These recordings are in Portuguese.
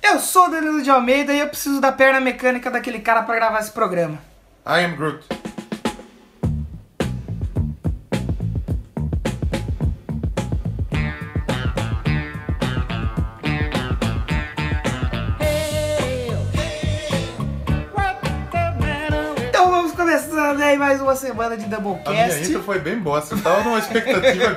Eu sou o Danilo de Almeida e eu preciso da perna mecânica daquele cara pra gravar esse programa. I am Groot. Então vamos começando aí mais uma semana de A minha Doublecast. intro foi bem bosta. Eu tava numa expectativa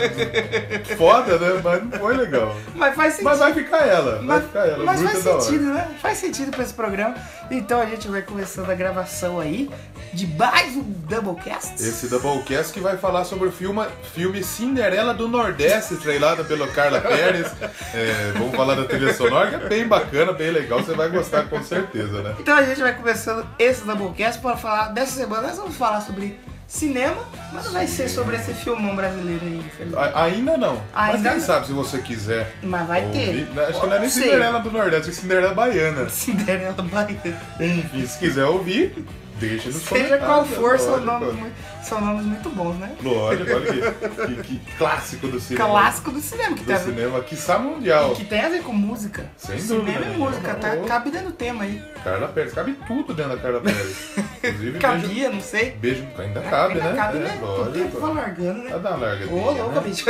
foda, né? Mas não foi legal. Mas faz sentido. Mas vai ficar ela. Vai ficar ela. mas Groot faz é da hora. sentido, né? Faz sentido pra esse programa. Então a gente vai começando a gravação aí de mais um Doublecast. Esse Doublecast que vai falar sobre o filme, filme Cinderela do Nordeste, estrelado pelo Carla Pérez. É, vamos falar da trilha sonora, que é bem bacana, bem legal. Você vai gostar com certeza, né? Então a gente vai começando esse Doublecast para falar dessa semana. Nós vamos falar sobre cinema, mas não vai ser sobre esse filmão brasileiro aí, infelizmente. A- ainda não. mas Ainda quem não. sabe se você quiser. Mas vai ter. ouvir- Acho que não é nem Sim. Cinderela do Nordeste, é Cinderela Baiana. Cinderela Bahia. Enfim, se quiser ouvir, deixa nos Seja comentários, qual for, são lógico. nomes, mui- são nomes muito bons, né? Lógico, olha que, que, que clássico do cinema. Clássico do cinema, que Do tem, a ver, cinema, quiçá mundial. que tem a ver com música. Sem cinema dúvida, é né? música, tá? Oh. Cabe dentro do tema aí. Carla Pérez, cabe tudo dentro da Carla Pérez. Inclusive, beijo, Cabia, não sei. beijo. Ainda cabe, Ainda né? Cabe, É, né? O tempo vai Lógico. largando, né? Tá dando larga. Ô, louco, né? bicho.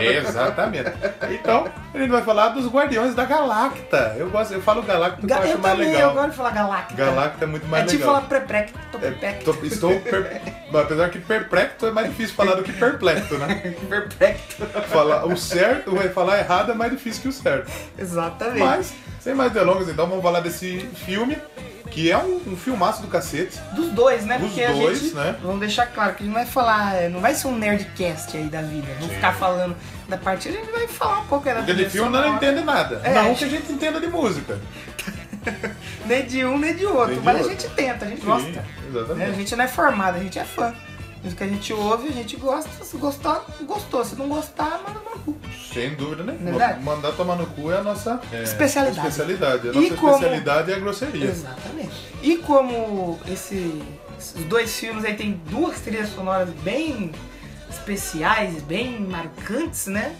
É, Exatamente. Então, a gente vai falar dos Guardiões da Galacta. Eu gosto, eu falo Galacta porque eu Ga- acho Eu mais também, eu legal. gosto de falar galáctica. Galacta é muito É mais tipo legal. falar pré-prec, É, topepec. tô- estou per... Apesar que perplexo é mais difícil falar do que perplexo, né? Perpecto. Falar o certo, falar errado é mais difícil que o certo. Exatamente. Mas, sem mais delongas, então vamos falar desse filme, que é um, um filmaço do cacete. Dos dois, né? Dos Porque a dois, gente. né? Vamos deixar claro que a gente não vai falar. é, Não vai ser um nerdcast aí da vida. Não Sim. ficar falando da parte. A gente vai falar um pouco aí da Porque de trilha filme nós não sonora. entende nada. É, não acho- que a gente entenda de música. Nem de um, nem de outro. Nem de Mas a outro. gente tenta, a gente Sim, gosta. né? A Exatamente. gente não é formado, a gente é fã. Mas o que a gente ouve, a gente gosta. Se gostar, gostou. Se não gostar, manda no cu. Sem dúvida nenhuma. é Verdade. Mandar tomar no cu é a nossa é, Especialidade. especialidade. A E nossa como- especialidade é a grosseria. Exatamente. E como esse- esses dois filmes aí tem duas trilhas sonoras bem especiais, bem marcantes, né?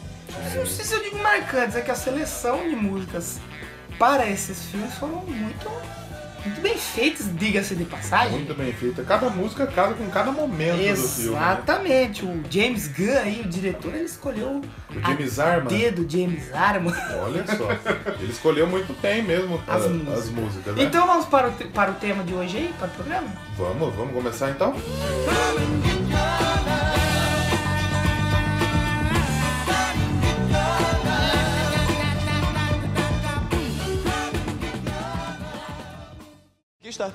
É. Não sei se eu digo marcantes, é que a seleção de músicas para esses filmes foram muito, muito bem feitas, diga-se de passagem. Muito bem feita. Cada música casa com cada momento do filme. né? Exatamente, o James Gunn aí, o diretor, ele escolheu O James Arma. o dedo James Arman. Olha só. Ele escolheu muito bem mesmo ah, As as, músicas. as músicas, né? Então vamos para o, te- para o tema de hoje aí, para o programa? Vamos, vamos começar então? Aqui está.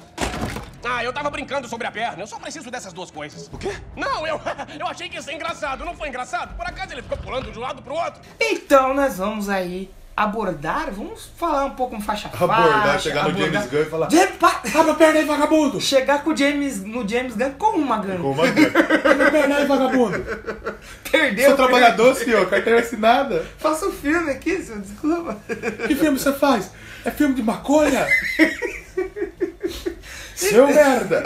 Ah, eu tava brincando sobre a perna. Eu só preciso dessas duas coisas. O quê? Não, eu, eu achei que ia ser engraçado. Não foi engraçado? Por acaso ele ficou pulando de um lado pro outro? Então nós vamos aí abordar, vamos falar um pouco em faixa faixa. Abordar, chegar no James Gunn e falar, James, pa- Abre a perna aí, vagabundo! Chegar com o James, no James Gunn com uma Com Gunn. uma grana. Abre a perna aí, vagabundo! Perdeu. Sou perdeu. trabalhador, senhor, carteira assinada. Faça um filme aqui, senhor, desculpa. Que filme você faz? É filme de maconha? Seu merda!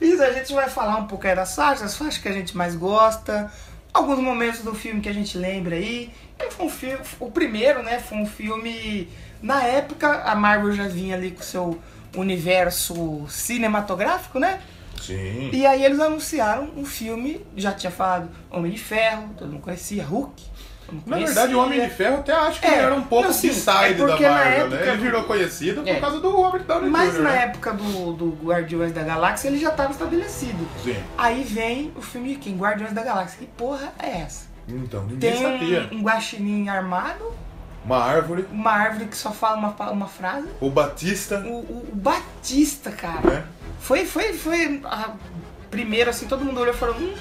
Isso, a gente vai falar um pouco aí das faixas, as faixas que a gente mais gosta, alguns momentos do filme que a gente lembra aí. E foi um filme, o primeiro, né, foi um filme... Na época, a Marvel já vinha ali com o seu universo cinematográfico, né? Sim. E aí eles anunciaram um filme, já tinha falado Homem de Ferro, todo mundo conhecia, Hulk. todo mundo Na conhecia. verdade, o Homem de Ferro até acho que É, ele era um pouco não, sim, side é da porque na Marvel, né? época- Ele virou conhecido É. por causa do Robert Downey Mas Jr. na né? época do, do Guardiões da Galáxia ele já estava estabelecido. Sim. Aí vem o filme de quem? Guardiões da Galáxia. Que porra é essa? Então, ninguém Tem sabia. um, um guaxinim armado, Uma árvore, uma árvore que só fala uma, pa- uma frase. o Batista, O, o- o Batista, cara. né? Foi, foi, foi. A, primeiro, assim, todo mundo olhou e falou: hum,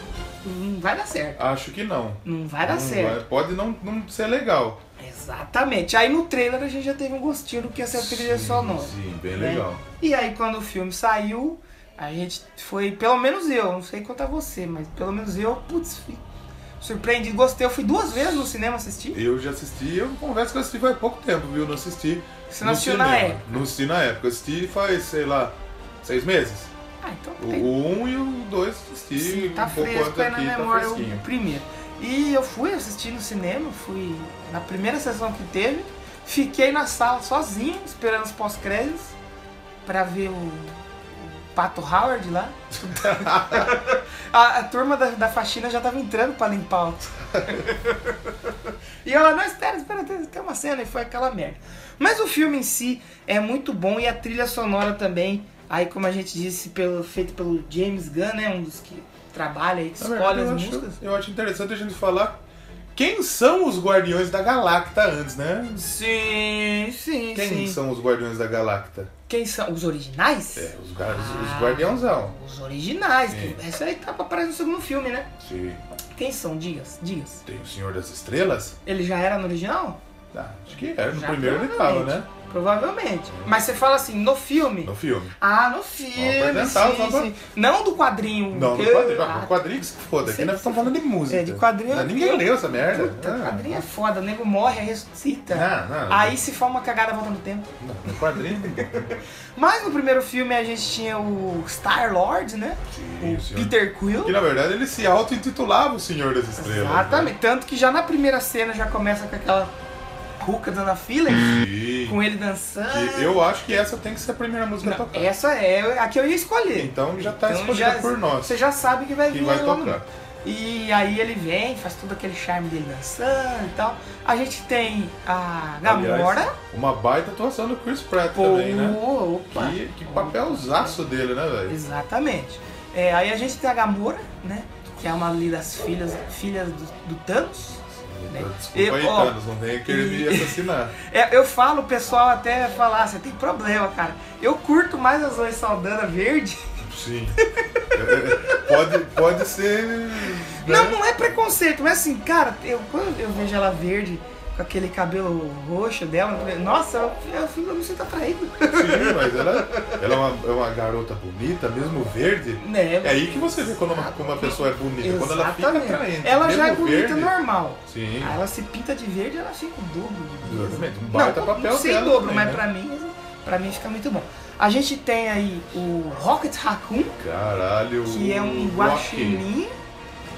não vai dar certo. Acho que não. Não vai dar Não certo. vai- Pode não, não ser legal. Exatamente. Aí no trailer a gente já teve um gostinho do que ia ser a trilha Sim, sonora. Sim, bem né? legal. E aí quando o filme saiu, a gente foi, pelo menos eu, não sei quanto a você, mas pelo menos eu, putz, fui surpreendido, gostei. Eu fui duas vezes no cinema assistir. Eu já assisti, eu confesso que eu assisti faz pouco tempo, viu? Não assisti. Você não no assistiu na cinema. época? Não assisti na época. Eu assisti faz, sei lá, seis meses. Ah, então O, tem. o um e o dois assisti Sim, tá um pouco antes fresco aí na aqui, tá memória é o fresquinho. primeiro. E eu fui assistir no cinema, fui na primeira sessão que teve, Fiquei na sala sozinho, esperando os pós-créditos, pra ver o, o Pato Howard lá. a, a turma da, da faxina já tava entrando pra limpar o... E ela, não, espera, espera, tem, tem uma cena, e foi aquela merda. Mas o filme em si é muito bom e a trilha sonora também. Aí, como a gente disse, pelo, feito pelo James Gunn, né? Um dos que trabalha aí, que Na escolhe Tá É eu as acho- músicas. eu acho interessante a gente falar quem são os Guardiões da Galacta antes, né? Sim, sim, Quem sim. são os Guardiões da Galacta? Quem são? Os originais? É, os, gar- os- Ah. os Guardiãozão. Os originais. Sim. Que, essa aí tá pra aparecer no segundo filme, né? Se Quem são? Digas, digas. tem o Senhor das Estrelas? Ele já era no original? Ah, acho que era, no Já, primeiro ele tava, né? Provavelmente. Mas você fala assim, no filme? No filme. Ah, no filme, apresentar, sim, só pra- sim. Não do quadrinho. Não, no Eu- quadrinho. Ah, Ah, quadrinho que se foda, aqui Sim. nós estamos falando de música. É, de quadrinho Ah, é Ninguém pior. leu essa merda. Puta, Ah. quadrinho é foda, o nego morre, aí ressuscita. Não, não. Aí se for uma cagada, volta no tempo. Não, no quadrinho. Mas no primeiro filme a gente tinha o Star-Lord, né? Sim, o senhor. Peter Quill. Que na verdade ele se auto-intitulava o Senhor das Estrelas. né? Exatamente. Tanto que já na primeira cena já começa com aquela ruca dando a fila, né? Sim. com ele dançando. E eu acho que essa tem que ser a primeira música a Não, tocar. essa é a que eu ia escolher. Então já tá Então escolhida já- por nós. Você já tá sabe que vai Quem vir vai lá no- tocar. E aí ele vem, faz todo aquele charme dele dançando e tal. A gente tem a Aliás, Gamora. Uma baita atuação do Chris Pratt Pô, também, né? opa. Que, que papelzaço dele, né, velho? Exatamente. É, aí a gente tem a Gamora, né? Que é uma ali das filhas, filhas do, do Thanos. né? Desculpa aí, ó, Thanos, não venha querer me e- assassinar. é, eu falo, o pessoal até falar, "Ah, você tem problema, cara. Eu curto mais a Zoe Saldana verde. Sim. É, pode, pode ser. né? Não, não é preconceito, mas assim, cara, eu, quando eu vejo ela verde, com aquele cabelo roxo dela, eu falei, nossa, eu, eu, fico- eu me sinto atraído. Sim, mas ela, ela é, uma, é uma garota bonita, mesmo verde. Né? É aí que você vê quando uma, como uma pessoa é bonita, quando ela fica Exatamente. atraente. Ela já é mesmo bonita verde. normal. Sim. Aí ela se pinta de verde, ela fica o dobro de beleza. Exatamente, um baita não, papel não sei dela o dobro, também, mas né? pra mim, pra mim fica muito bom. A gente tem aí o Rocket Raccoon, Caralho. que é um Joaquim. guaxinim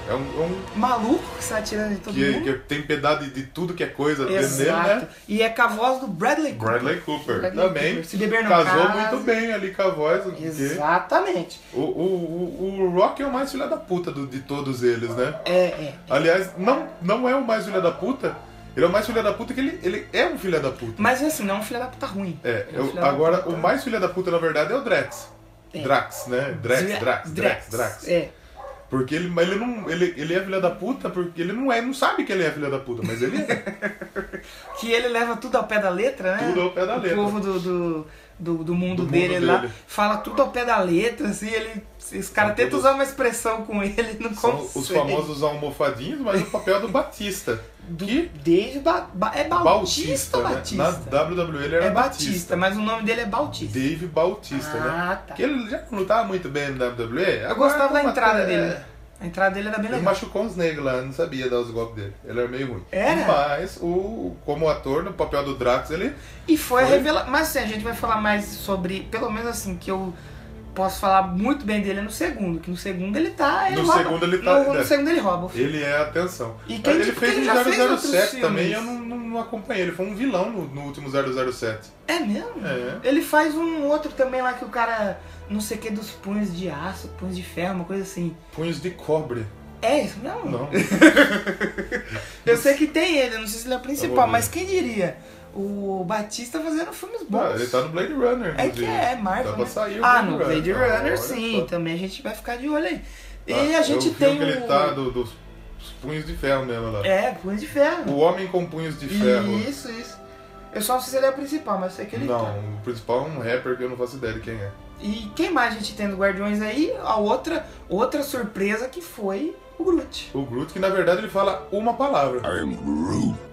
É um, é um maluco que sai atirando de todo que, é, mundo. que tem pedaço de tudo que é coisa dentro dele, Exato. né? E é com a voz do Bradley Cooper. Bradley Cooper Bradley também. Cooper. Se beber não casou casa. muito bem ali com a voz. porque Exatamente. O, o, o, o Rock é o mais filha da puta do- de todos eles, né? É, é. Aliás, não, não é o mais filha da puta. Ele é o mais filha da puta que ele, ele é um filha da puta. Mas assim, não é um filho da puta ruim. É, um eu- filho da agora puta. o mais filha da puta na verdade é o Drax. É. Drax, né? Drax, Dra- Drax, Drax, Drax. É. Porque ele, mas ele não, ele, ele é filha da puta porque ele não é, não sabe que ele é filha da puta, mas ele é. Que ele leva tudo ao pé da letra, né? Tudo ao pé da letra. O povo do, do, do, do mundo Do mundo dele lá dele. fala tudo ao pé da letra, assim, ele. Os caras São tentam todos- usar uma expressão com ele, não São consegue. os famosos almofadinhos, mas o papel é do Batista. Do, que desde ba, Ba- é Bautista Bautista, ou né? Batista? Na WWE ele era é Batista. Batista, mas o nome dele é Bautista. Dave Bautista, né? ah, tá. Porque ele já não lutava muito bem no WWE. Eu gostava tá da entrada até- dele. é A entrada dele era bem Ele legal. é, machucou uns negros lá, não sabia dar os golpes dele. Ele era meio ruim. Era? Mas, o, como ator, no papel do Drax, ele... E foi, a Foi. revelação. Mas assim, a gente vai falar mais sobre. Pelo menos assim, que eu posso falar muito bem dele é no segundo. Que no segundo ele tá. Ele No rouba- segundo ele tá- No, no é. segundo ele rouba. o filme. Ele é a atenção. E quem- Mas ele quem fez já fez um outros 007 também, filmes? eu não, não- não acompanhei. Ele foi um vilão no, no último 007. É mesmo? É. Ele faz um outro também lá que o cara. Não sei o que dos punhos de aço, punhos de ferro, uma coisa assim. Punhos de cobre. É isso mesmo? Não. Eu sei que tem ele, eu não sei se ele é o principal, vou ver. mas quem diria? O Batista fazendo filmes bons. Ah, ele tá no Blade Runner, É que inclusive. é, é Marvel. Dá pra né? sair o ah, Blade no Runner. Blade Ah, Runner, olha sim, só. também a gente vai ficar de olho aí. E Ah, a eu gente vi tem. que ele o- tá do- dos punhos de ferro mesmo lá. É, punhos de O ferro. Homem com Punhos de Ferro. Isso, isso. Eu só não sei se ele é o principal, mas eu sei que ele tá. Não, o principal é um rapper que eu não faço ideia de quem é. E quem mais a gente tem do Guardiões aí? A outra, outra surpresa que foi o Groot. O Groot, que na verdade ele fala uma palavra.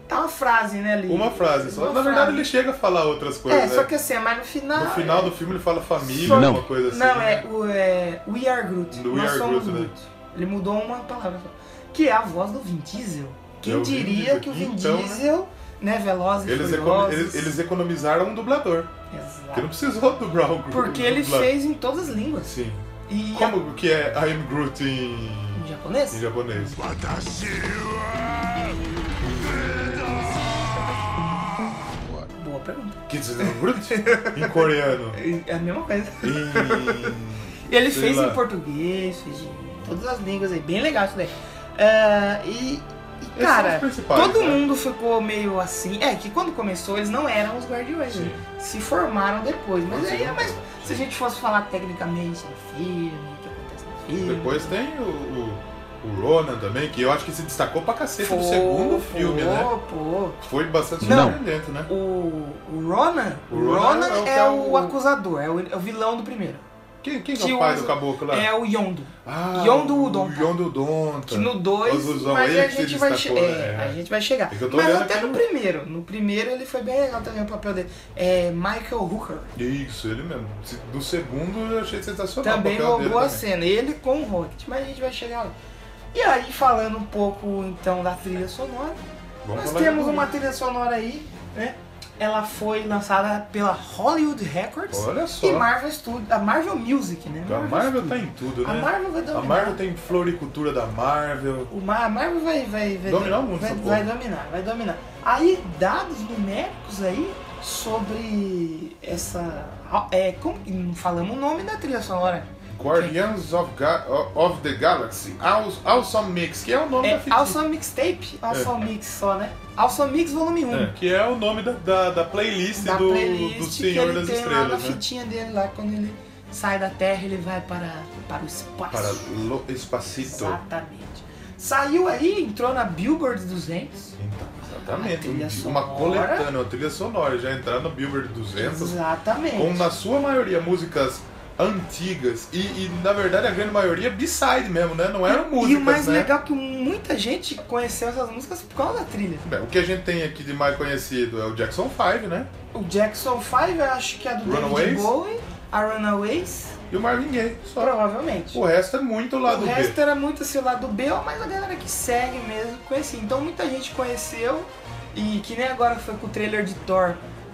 Tá uma frase, né, ali? Uma frase só. Uma na verdade frase. ele chega a falar outras coisas, É, né? só que assim, mas no final. No final do filme ele fala família, Só- alguma coisa assim. Não, né? é, o, é We Are Groot. Do We Nós Are somos Groot, né? Groot. Ele mudou uma palavra só. Que é a voz do Vin Diesel. Quem É o Vin diria Diesel. que o Vin Então, né? Diesel, né, Veloz e Eles, econo- Furiosos. eles- eles economizaram um dublador. Porque Exato. não precisou dublar o Groot. Tá. Porque ele dublar. fez em todas as línguas. Sim. E a- Como que é I am Groot em, em japonês? em japonês? pergunta. Kids and Groot? em coreano. É a mesma coisa. Em... E ele Sei fez lá. em português, fez em todas as línguas aí, bem legal isso daí. Ah, e, e, Esses são cara, os principais, todo né? mundo ficou meio assim. É que quando começou eles não eram os guardiões, né? se formaram depois. Mas aí é mais. Se a gente fosse falar tecnicamente do filme, o que acontece no filme. Depois tem o, o, o Ronan também, que eu acho que se destacou pra cacete Pô, no segundo filme, pô, né? pô. Foi bastante Não. surpreendente, né? O, o Ronan, O o Ronan Ronan, é o que é, é o o- acusador, é o, é o vilão do primeiro. Quem, quem que é Que o pai usa- do caboclo lá? É o Yondo. Ah, Yondu o Udon. Yondu Udon. Que no 2, Osuzão, mas ele a que se gente, vai che- destacou, é, né? a gente vai chegar. É que eu tô Mas olhando até aqui no no- primeiro. No primeiro ele foi bem legal também o papel dele. É Michael Hooker. Isso, ele mesmo. Se- Do segundo eu achei sensacional também o papel dele roubou a também. cena. Ele com o Rocket, mas a gente vai chegar lá. E aí, falando um pouco então da trilha sonora, Vamos nós falar temos de- uma trilha sonora aí, né? Ela foi lançada pela Hollywood Records Olha só. e Marvel Studios, a Marvel Music, né? A Marvel tá Studios. em tudo, né? A Marvel vai A dominar. Marvel tem floricultura da Marvel. O Mar, a Marvel vai, vai, vai Dominar o mundo, vai, essa vai porra. dominar, vai dominar. Aí, dados numéricos aí sobre essa. É, como, não falamos o nome da trilha sonora. Guardians of, Ga- of the Galaxy. Aws- Awesome Mix, que é o nome da É ficção. Awesome Mixtape, Awesome Mix só, né? Awesome Mix Volume 1. É, que é o nome da, da, da playlist, Da do, playlist do que Senhor ele das tem lá na Estrelas, né? fitinha dele lá, quando ele sai da Terra, ele vai para, para o espaço. Para Lo Espacito. Exatamente. Saiu aí, entrou na Billboard 200. Então, A exatamente. trilha Um- Uma sonora. coletânea, uma trilha sonora. Já entrar no Billboard 200 Exatamente. com, na sua maioria, músicas antigas e, e, na verdade, a grande maioria B-side mesmo, né? Não eram músicas, E o mais né? legal é que muita gente conheceu essas músicas por causa da trilha. Bem, O que a gente tem aqui de mais conhecido é o Jackson 5, né? O Jackson 5, eu acho que é a do Runaways? David Bowie, a Runaways, E o Marvin Gaye, só. provavelmente. O resto é muito lá O do resto B. era muito assim, o lado B, mas a galera que segue mesmo conhecia. Então muita gente conheceu, e que nem agora foi com o trailer de Thor,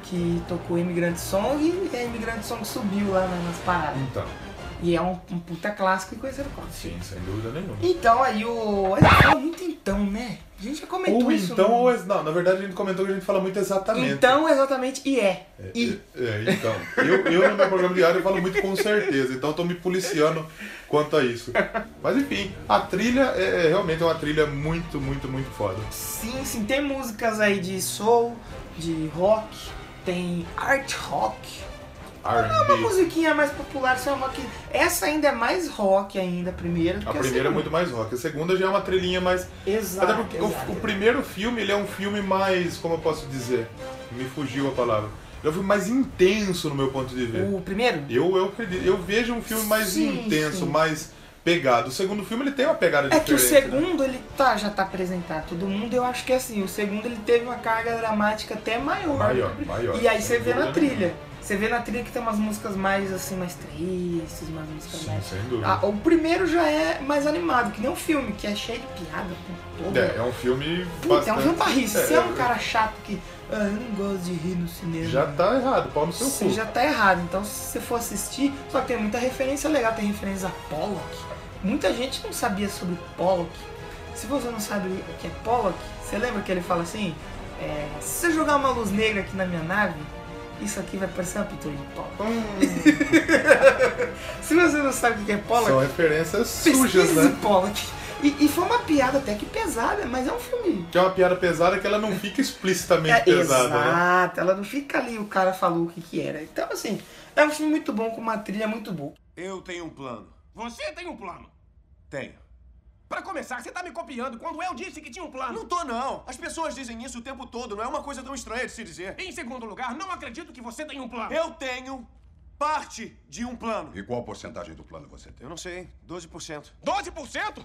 que tocou Imigrante Song, e a Imigrante Song subiu lá na- nas paradas. Então, E é um, um puta clássico e conheceram quase. sim, sem dúvida nenhuma. Então aí o... a gente fala muito então, né? A gente já comentou Ou isso. né? então, no- ou ex- não, na verdade a gente comentou que a gente fala muito exatamente. Então, exatamente, e é. E. É, é, então. Eu, eu no meu programa diário eu falo muito com certeza, então eu tô me policiando quanto a isso. Mas enfim, a trilha é, é realmente é uma trilha muito, muito, muito foda. Sim, sim, tem músicas aí de soul, de rock, tem art rock. é Uma R&B. musiquinha mais popular, isso é uma que. Essa ainda é mais rock ainda, a primeira. do A que primeira é segunda. Ah, muito mais rock, a segunda já é uma trilhinha mais. Exato. Até porque o, exato. o primeiro filme ele é um filme mais, como eu posso dizer, me fugiu a palavra. Ele é um filme mais intenso no meu ponto de vista. O primeiro? Eu, eu acredito, eu vejo um filme mais Sim, intenso, sim. mais pegado. O segundo filme ele tem uma pegada É que o diferente. né? segundo ele tá, já tá apresentado a todo mundo, eu acho que é assim, o segundo ele teve uma carga dramática até maior. Maior, maior. E aí você Sem vê na dúvida trilha. Você vê na trilha que tem umas músicas mais assim, mais tristes, umas músicas Sim, mais. sem dúvida. Ah, o primeiro já é mais animado, que nem um filme, que é cheio de piada com todo. É, é um filme Puta, é bastante... um fantarrice. Você é um é, cara chato que. Ah, eu não gosto de rir no cinema. Já tá errado, pau no seu Você cu. já tá errado. Então, se você for assistir, só que tem muita referência legal. Tem referência a Pollock. Muita gente não sabia sobre Pollock. Se você não sabe o que é Pollock, você lembra que ele fala assim? É, se você jogar uma luz negra aqui na minha nave, isso aqui vai parecer uma pintura de Pollock. Hum, Se você não sabe o que é Pollock, são referências sujas, pesquise né? Pollock. E, e foi uma piada até que pesada, mas é um filme Que é uma piada pesada que ela não fica explicitamente É, pesada, né? exato, ela não fica ali, o cara falou o que que era. Então, assim, é um filme muito bom, com uma trilha muito boa. Eu tenho um plano. Você tem um plano. Tenho. Pra começar, você tá me copiando quando eu disse que tinha um plano. Não tô, não. As pessoas dizem isso o tempo todo. Não é uma coisa tão estranha de se dizer. Em segundo lugar, não acredito que você tem um plano. Eu tenho parte de um plano. E qual porcentagem do plano você tem? Eu não sei, hein? 12%. 12%?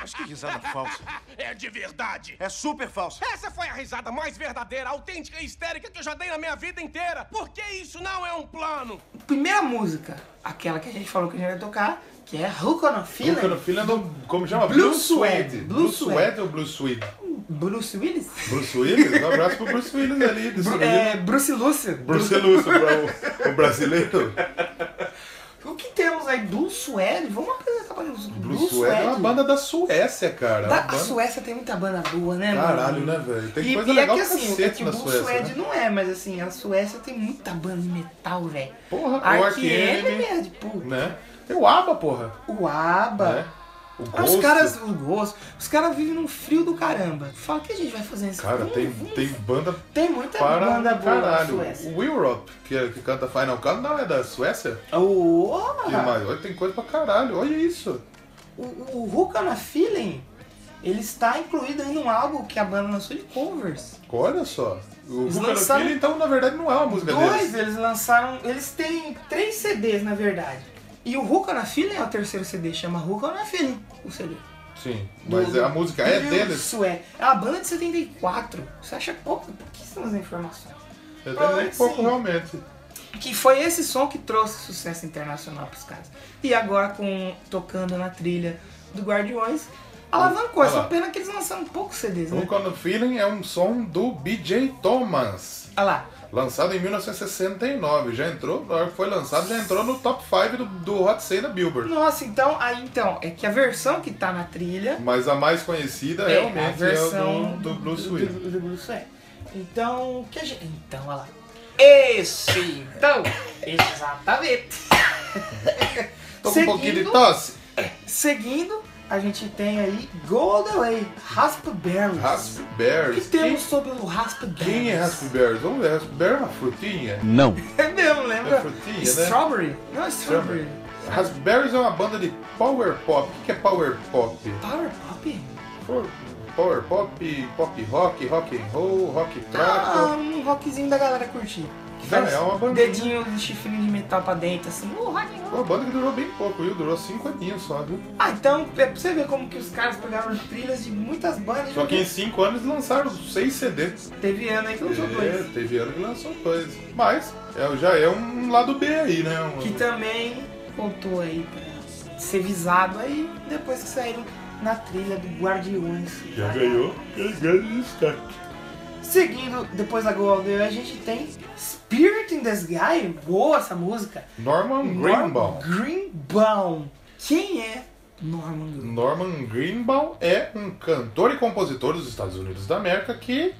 Mas que risada falsa. É de verdade. É super falsa. Essa foi a risada mais verdadeira, autêntica e histérica que eu já dei na minha vida inteira. Por que isso não é um plano? Primeira música, aquela que a gente falou que a gente ia tocar, que é Hook on a Feeling. Nunca no filme é do... Como chama? Blue Suede. Blue, Blue Suede. Suede ou Blue Suede? Bruce Willis? Bruce Willis? Um abraço pro Bruce Willis ali. do Bru- Suede. é, Bruce Lúcio. Bruce Willis, o, o brasileiro. O que temos aí do Sueli? Vamos apresentar pra os Blue Suede é uma banda da Suécia, cara. Da- Uma a banda- Suécia tem muita banda boa, né, mano? Tá Caralho, né, velho? Tem E, coisa e legal é que pra assim, é cacete que na o Suécia. Suede né? não é, mas assim, a Suécia tem muita banda de metal, velho. Porra, o Arch Arch Enemy, Enemy é, tipo, Né? Tem o ABBA, porra. o ABBA. Né? O Ah, Ghost. Os caras, o gosto, os caras vivem num frio do caramba. Fala, o que a gente vai fazer nesse Cara, frio? tem, Vamos- tem banda tem muita para Tá um banda boa na caralho. Suécia. O Europe, que, é- que canta Final Countdown, não é da Suécia? O, Demais. Olha, tem coisa pra caralho. Olha isso. o, o Hookah na Feeling, ele está incluído aí num álbum que a banda lançou de covers. Olha só. O Eles Rupert lançaram- Filho, então, na verdade, não é uma música Dois deles. eles lançaram, eles têm três CDs na verdade. E o Hookah na Feeling é o terceiro CD, chama Hookah na Feeling, o CD. Sim. Mas a música é deles. Isso é. É uma banda de 74. Você acha pouco? Pouquíssimas informações. É Ah, deles é pouco, sim. realmente. Que foi esse som que trouxe sucesso internacional pros caras. E agora com tocando na trilha do Guardiões, alavancou. Olha É só lá. pena que eles lançaram poucos CDs, né? Look on the Feeling é um som do BJ Thomas. Olha lá. Lançado em 1969, já entrou, na hora que foi lançado, já entrou no top 5 do, do Hot 100 da Billboard. Nossa, então, aí então, é que a versão que tá na trilha Mas a mais conhecida é realmente a versão é o do, do Blue Suede. do- do Blue Suede. Então, o que a gente. Então, olha lá. Esse então! Exatamente! Tô com um Seguindo- pouquinho de tosse. Seguindo, a gente tem aí Goldaway, Raspberry. O Raspberries. que temos sobre o Raspberry? Quem é Raspberries? Vamos ver, Raspberry é uma frutinha. Não. É mesmo, lembra? É frutinha, né? strawberry? Não, é strawberry. Raspberries é uma banda de power pop. O que é power pop? Power Pop? Por- Power pop, pop rock, rock and roll, rock Ah, trapo. um rockzinho da galera curtir. Que Não, faz é uma bandinha. dedinho de chifrinho de metal pra dentro, assim. Uh, rock and roll. Uma banda que durou bem pouco, viu? Durou cinco aninhos só, viu? Ah, então é pra você ver como que os caras pegaram trilhas de muitas bandas. Só que porque em cinco anos lançaram seis CDs. Teve ano aí que lançou Então dois. É, teve ano que lançou dois. Mas é, já é um lado B aí, né? Um- Que tá- também voltou aí pra ser visado aí depois que saíram na trilha do Guardiões. Já ganhou, já ganhou destaque. Seguindo, depois da Golden, a gente tem Spirit in the Sky. Boa essa música. Norman Greenbaum. Norman Greenbaum. Quem é Norman Greenbaum? Norman Greenbaum é um cantor e compositor dos Estados Unidos da América que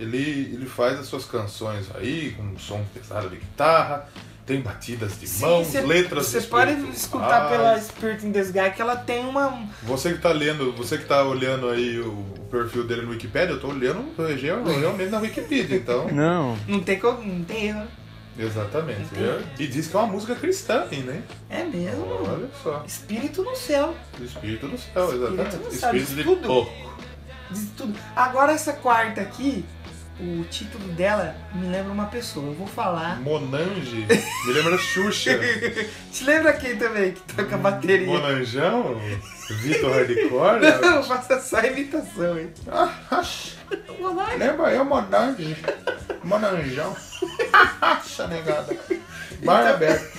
ele, ele faz as suas canções aí com um som pesado de guitarra, tem batidas de mãos, cê- letras Ah. Você pode espirituais. escutar pela Spirit in the Sky que ela tem uma. Você que tá lendo, você que tá olhando aí o perfil dele no Wikipedia, eu tô olhando eu real- realmente na Wikipedia, então. Não. Não tem, co- não tem erro. né? Exatamente. E diz que é uma música cristã ainda, hein? né? É mesmo. Olha só. Espírito no céu. O Espírito do céu, Espírito do exatamente. céu, Espírito diz de tudo. porco. Diz tudo. Agora essa quarta aqui, o título dela me lembra uma pessoa. Eu vou falar. Monange. Me lembra Xuxa. Te lembra quem também que Hum, toca bateria? Monanjão? Vitor Hardcore? Não, faça só a imitação, hein? Ah, Lembra eu, Monange? Monanjão. Acha, negada. Bar Então- aberto.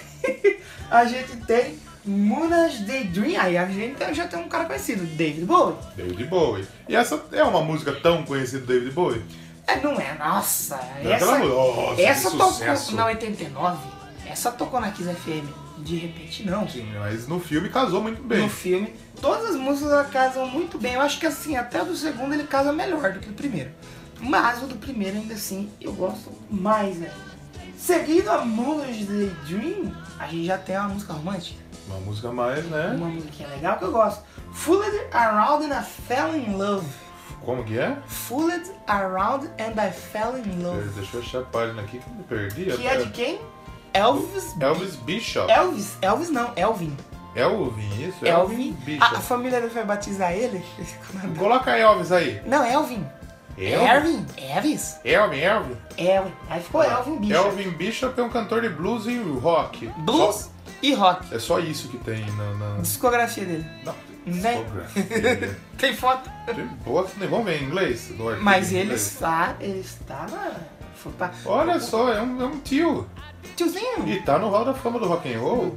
A gente tem Munas Daydream. Aí a gente já tem um cara conhecido, David Bowie. David Bowie. E essa é uma música tão conhecida do David Bowie? É, não é, nossa. Não é essa aquela- Nossa, que essa tá um tocou sucesso. na 89. Essa tocou na Kiss FM. De repente, não. Sim, mas no filme casou muito bem. No filme, todas as músicas elas casam muito bem. Eu acho que assim, até o do segundo ele casa melhor do que o primeiro. Mas o do primeiro, ainda assim, eu gosto mais ainda. Seguindo a Moonlight Daydream, a gente já tem uma música romântica. Uma música mais, né? Uma musiquinha legal que eu gosto. Fooled Around and I Fell in Love. Como que é? Fooled Around and I Fell in Love. Deixa eu achar a página aqui que eu me perdi. Que é de quem? Elvis Elvis Bishop. Elvis, Elvis não, Elvin. Elvin, isso? É Elvin. Bishop. A, a família dele vai batizar ele? Coloca Elvis aí. Não, Elvin. Elvin? Elvin. Elvis? Elvin, Elvin. Elvin. Aí ficou Elvin Bicho. Elvin Bishop é um cantor de blues e rock. Blues Só- e rock. é só isso que tem na. na... Discografia dele. na Né? discografia. Tem foto. Tem boas- né? Vamos ver em inglês? no arquivo Mas em ele inglês. está. Ele está na. foi pra- Olha só, é um, é um tio. Tiozinho. E tá no hall da fama do rock and roll.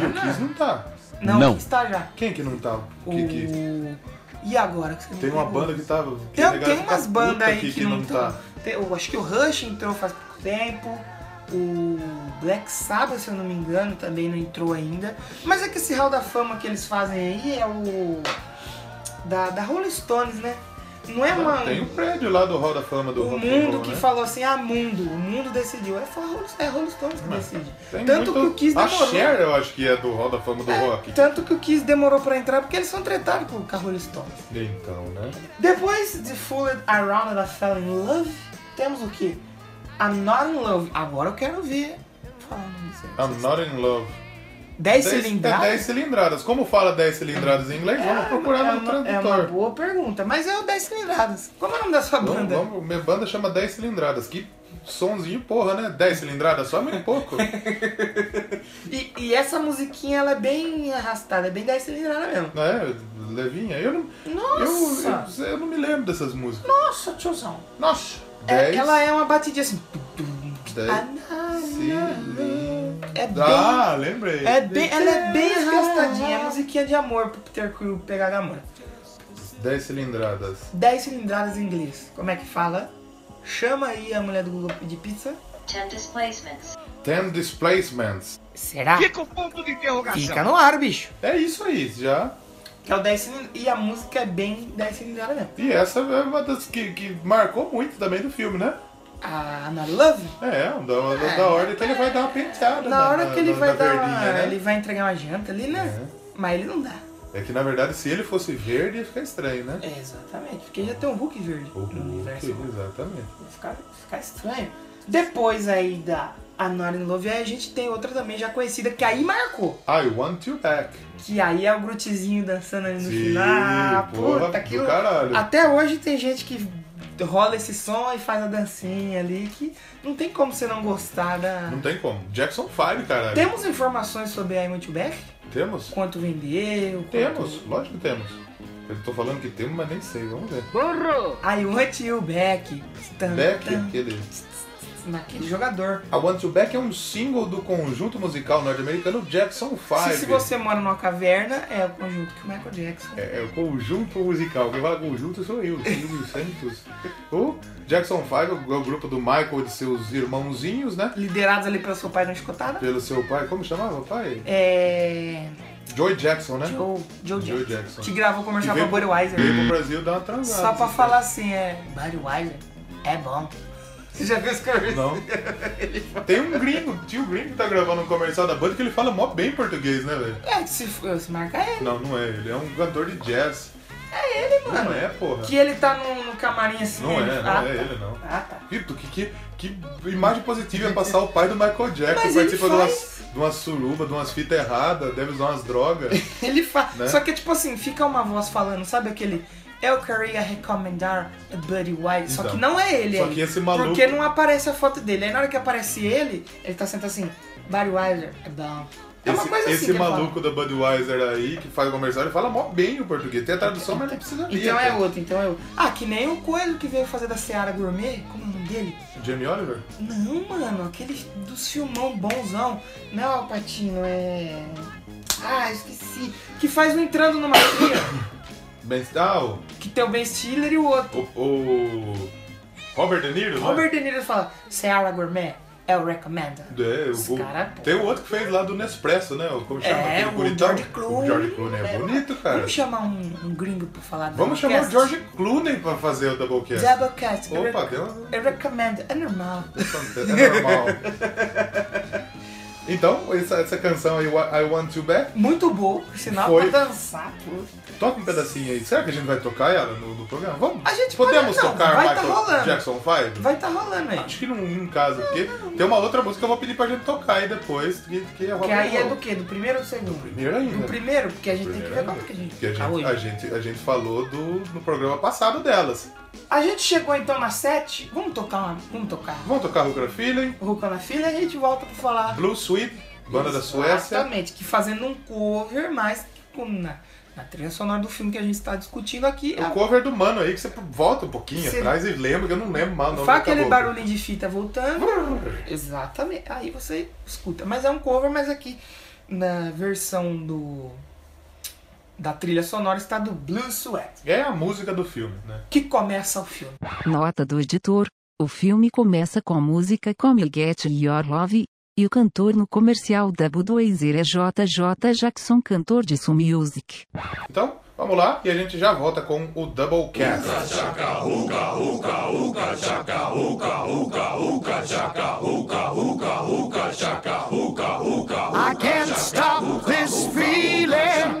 E o Kiss Bacana. não tá. Não, Não. está já. Quem que não tá? O... Que- que- E agora? que você não Tem uma pegou? banda que tava. que a Tem, galera tem fica umas puta bandas aí aqui tá. que, não, tá. Tem- eu acho que o Rush entrou faz pouco tempo. O Black Sabbath, se eu não me engano, também não entrou ainda. Mas é que esse Hall da Fama que eles fazem aí é o. Da, da Rolling Stones, né? Não é uma. Tem um prédio lá do Hall da Fama do O Rock and mundo Roll, que né? falou assim, ah, mundo, o mundo decidiu. É foi a Rolling- é a Rolling Stones que decide. Tem Tanto que muito- o Kiss demorou. A Cher, eu acho que é do Hall da Fama do Rock. Tanto que o Kiss demorou pra entrar porque eles são tretados com a Rolling Stones. Então, né? Depois de Fooled Around and I Fell in Love, temos o quê? I'm Not in Love. Agora eu quero ver. falando isso aí. I'm not in love. 10 Dez- cilindradas? é 10 cilindradas. Como fala 10 cilindradas em inglês? Vamos procurar é no uma, é tradutor. uma boa pergunta, mas é o 10 cilindradas. Como é o nome da sua Vamos, banda? vamos, minha banda chama 10 cilindradas. Que sonzinho, porra, né? 10 cilindradas só é muito pouco. E, e essa musiquinha ela é bem arrastada, é bem 10 cilindradas mesmo. né? Levinha. Eu não, eu, Nossa! eu- eu não me lembro dessas músicas. Nossa, tiozão. Nossa! É- 10 ela é uma batidinha assim. tum, tum, Dez ah, não, não. cilindradas. É bem. Ah, lembrei. É bem, ela é bem arrastadinha, é musiquinha de amor pro Peter Quill pegar Gamora. 10 cilindradas. 10 cilindradas em inglês, como é que fala? Chama aí a mulher do Google de pizza. 10 displacements. 10 displacements. Será? Fica o ponto de interrogação. Ah. Fica no ar, bicho. É isso aí, já. É o 10 cilindra- e a música é bem 10 cilindradas mesmo. E essa é uma das que, que marcou muito também do filme, né? A Ana Ah, Love, É, da, da, da hora que ele vai dar uma penteada. na hora que ele na- vai na dar, uma- verdinha, né? ele vai entregar uma janta ali, né? Mas ele não dá. É que na verdade, se ele fosse verde, ia ficar estranho, né? É, exatamente, porque já tem um Hulk verde O no universo. Hulk, exatamente. Ficar, ficar estranho. Depois aí da A Not in Love, aí a gente tem outra também já conhecida, que aí marcou. I Ah, want you back. Que aí é o Grootzinho dançando ali no Sim, final. Ah, porra Puta, Ah. do aquilo. caralho. Até hoje tem gente que rola esse som e faz a dancinha ali, que não tem como você não gostar da. Não tem como. Jackson 5, caralho. Temos informações sobre a Image Back? Temos? Quanto vendeu? quanto- Temos, lógico que temos. Eu tô falando que temos, mas nem sei, vamos ver. I Want You Back. Tan, Back, tan, aquele. Naquele jogador. I Want You Back é um single do conjunto musical norte-americano Jackson 5. Se, se você mora numa caverna, é o conjunto que o Michael Jackson. É, é o conjunto musical. Quem fala conjunto sou eu, Silvio Santos. O Jackson 5 é o grupo do Michael e de seus irmãozinhos, né? Liderados ali pelo seu pai na escotada. Pelo seu pai, como chamava o pai? É. Joey Jackson, né? Joe, Joe, Joe Jackson, Jackson. Que gravou comercial Que pra veio- Budweiser. Veio pro Brasil dar uma transada. Só pra falar assim, é. Budweiser é bom. Você já viu esse comercial? Não. Tem um gringo, tio gringo que tá gravando um comercial da banda que ele fala mó bem português, né, velho? É, se, f- se marcar ele. Não, não é ele. É um cantor de jazz. É ele, mano. Não é, porra. Que ele tá no, no camarim assim. Não é, ele- não ah, é tá. ele, não. Ah, tá. Rito, que, que, que imagem positiva é passar o pai do Michael Jackson. Mas ele participa de umas, faz. de umas suruba, de umas fitas erradas, deve usar umas drogas. Ele fala. Né? Só que, tipo assim, fica uma voz falando, sabe aquele. Eu queria recomendar a Buddy White. Só Então. que não é ele Só aí. que esse maluco- Porque não aparece a foto dele. Aí na hora que aparece ele, ele tá sentado assim, Buddy Wilder é bom. É uma esse coisa assim. esse que ele fala. maluco da Budweiser aí, que faz o comercial, ele fala mó bem o português. Tem a tradução, mas não precisa ler. Então é cara. outro, então é outro. Ah, que nem o coelho que veio fazer da Seara Gourmet, como é o nome dele? Jamie Oliver? Não, mano, aquele dos filmão bonzão. Não é o Alpatino, é. Ah, esqueci. Que faz um entrando numa fria, Ben, ah, o, que tem o Ben Stiller e o outro. o- o Robert De Niro, né? Robert De Niro fala, Seara Gourmet, eu recomendo. É, Esse o, cara, pô. tem o outro que fez lá do Nespresso, né? O, como chama? É, Aquele o bonitão. George Clooney. O George Clooney é bonito, cara. Vamos chamar um, um gringo pra falar do Vamos chamar o Doublecast? George Clooney pra fazer o Doublecast. Doublecast. eu Opa, rec- deu uma- Eu recomendo, é normal. É normal. Então, essa, essa canção aí, I Want You Back, Muito boa, por sinal, Foi. pra dançar, pô. toca um pedacinho aí. Será que a gente vai tocar ela no, no programa? Vamos? A gente pode- Podemos não, tocar vai tá Michael rolando. Jackson 5? Vai tá rolando aí. Acho que não em casa, porque tem uma outra música que eu vou pedir pra gente tocar aí depois, que, que é rock Que and aí é roll. do quê? Do primeiro ou do segundo? Do primeiro ainda. né? Do primeiro, porque a gente tem que ver Primeiro, como que a gente que a tá gente, hoje. a, gente, a gente falou do, no programa passado delas. A gente chegou então na 7. Vamos tocar uma. Vamos tocar. Vamos tocar Rucra Feeling, Ruca na fila e a gente volta pra falar. Blue Sweet, banda da Suécia. Exatamente, que fazendo um cover, mas com- na, na trilha sonora do filme que a gente tá discutindo aqui. É O a- cover do mano aí, que você volta um pouquinho Você- atrás e lembra, que eu não lembro mal o nome Faz da aquele boca. barulhinho de fita voltando. Exatamente. Aí você escuta. Mas é um cover, mas aqui na versão do. Da trilha sonora está do Blue Sweat, É a música do filme, né? que começa o filme. Nota do editor: O filme começa com a música Come Get Your Love, e o cantor no comercial da Budweiser é JJ Jackson, cantor de Su Music. Então, vamos lá e a gente já volta com o Double Cast. I can't stop this feeling